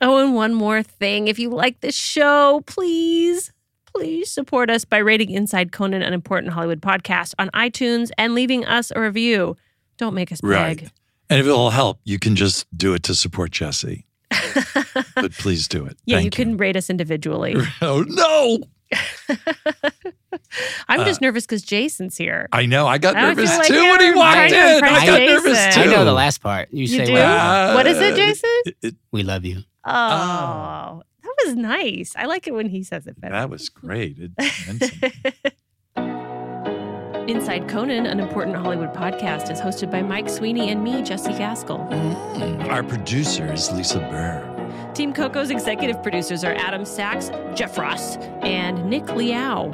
B: Oh, and one more thing. If you like this show, please, please support us by rating Inside Conan, an important Hollywood podcast on iTunes and leaving us a review. Don't make us
A: Right.
B: beg.
A: And if it'll help, you can just do it to support Jesse. but please do it. Oh,
B: Yeah, you
A: Thank
B: can rate us individually.
A: Oh no.
B: I'm
A: Uh,
B: just nervous because Jason's here.
A: I know. I got
B: I feel
A: nervous
B: like
A: too when he
B: you're
A: walked in.
B: trying to impress
A: I got
B: Jason.
A: nervous too.
K: I know the last part. You,
B: You
K: say,
B: do?
K: well,
B: what is
A: Uh,
B: it, Jason?
K: we love you.
B: Oh, that was nice. I like it when he says it better.
A: That was great. It meant something.
B: Inside Conan, an important Hollywood podcast, is hosted by Mike Sweeney and me, Jesse Gaskell.
A: Mm. Our producer is Lisa Burr.
B: Team Coco's executive producers are Adam Sachs, Jeff Ross, and Nick Liao.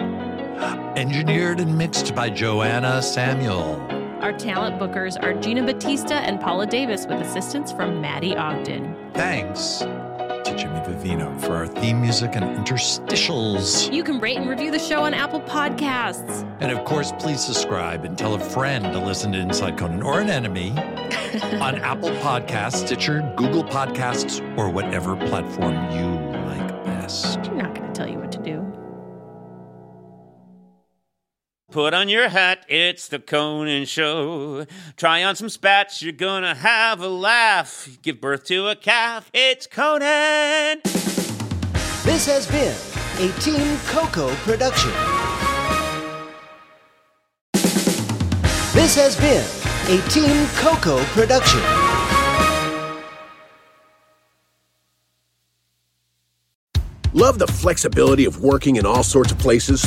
A: Engineered and mixed by Joanna Samuel.
B: Our talent bookers are Gina Batista and Paula Davis, with assistance from Maddie Ogden.
A: Thanks to Jimmy Vivino for our theme music and interstitials.
B: You can rate and review the show on Apple Podcasts.
A: And of course, please subscribe and tell a friend to listen to Inside Conan or an enemy on Apple Podcasts, Stitcher, Google Podcasts, or whatever platform you like best.
B: I'm not going to tell you what to do.
D: Put on your hat, it's the Conan Show. Try on some spats, you're gonna have a laugh. Give birth to a calf, it's Conan!
L: This has been a Team Coco production. This has been a Team Coco production.
F: Love the flexibility of working in all sorts of places?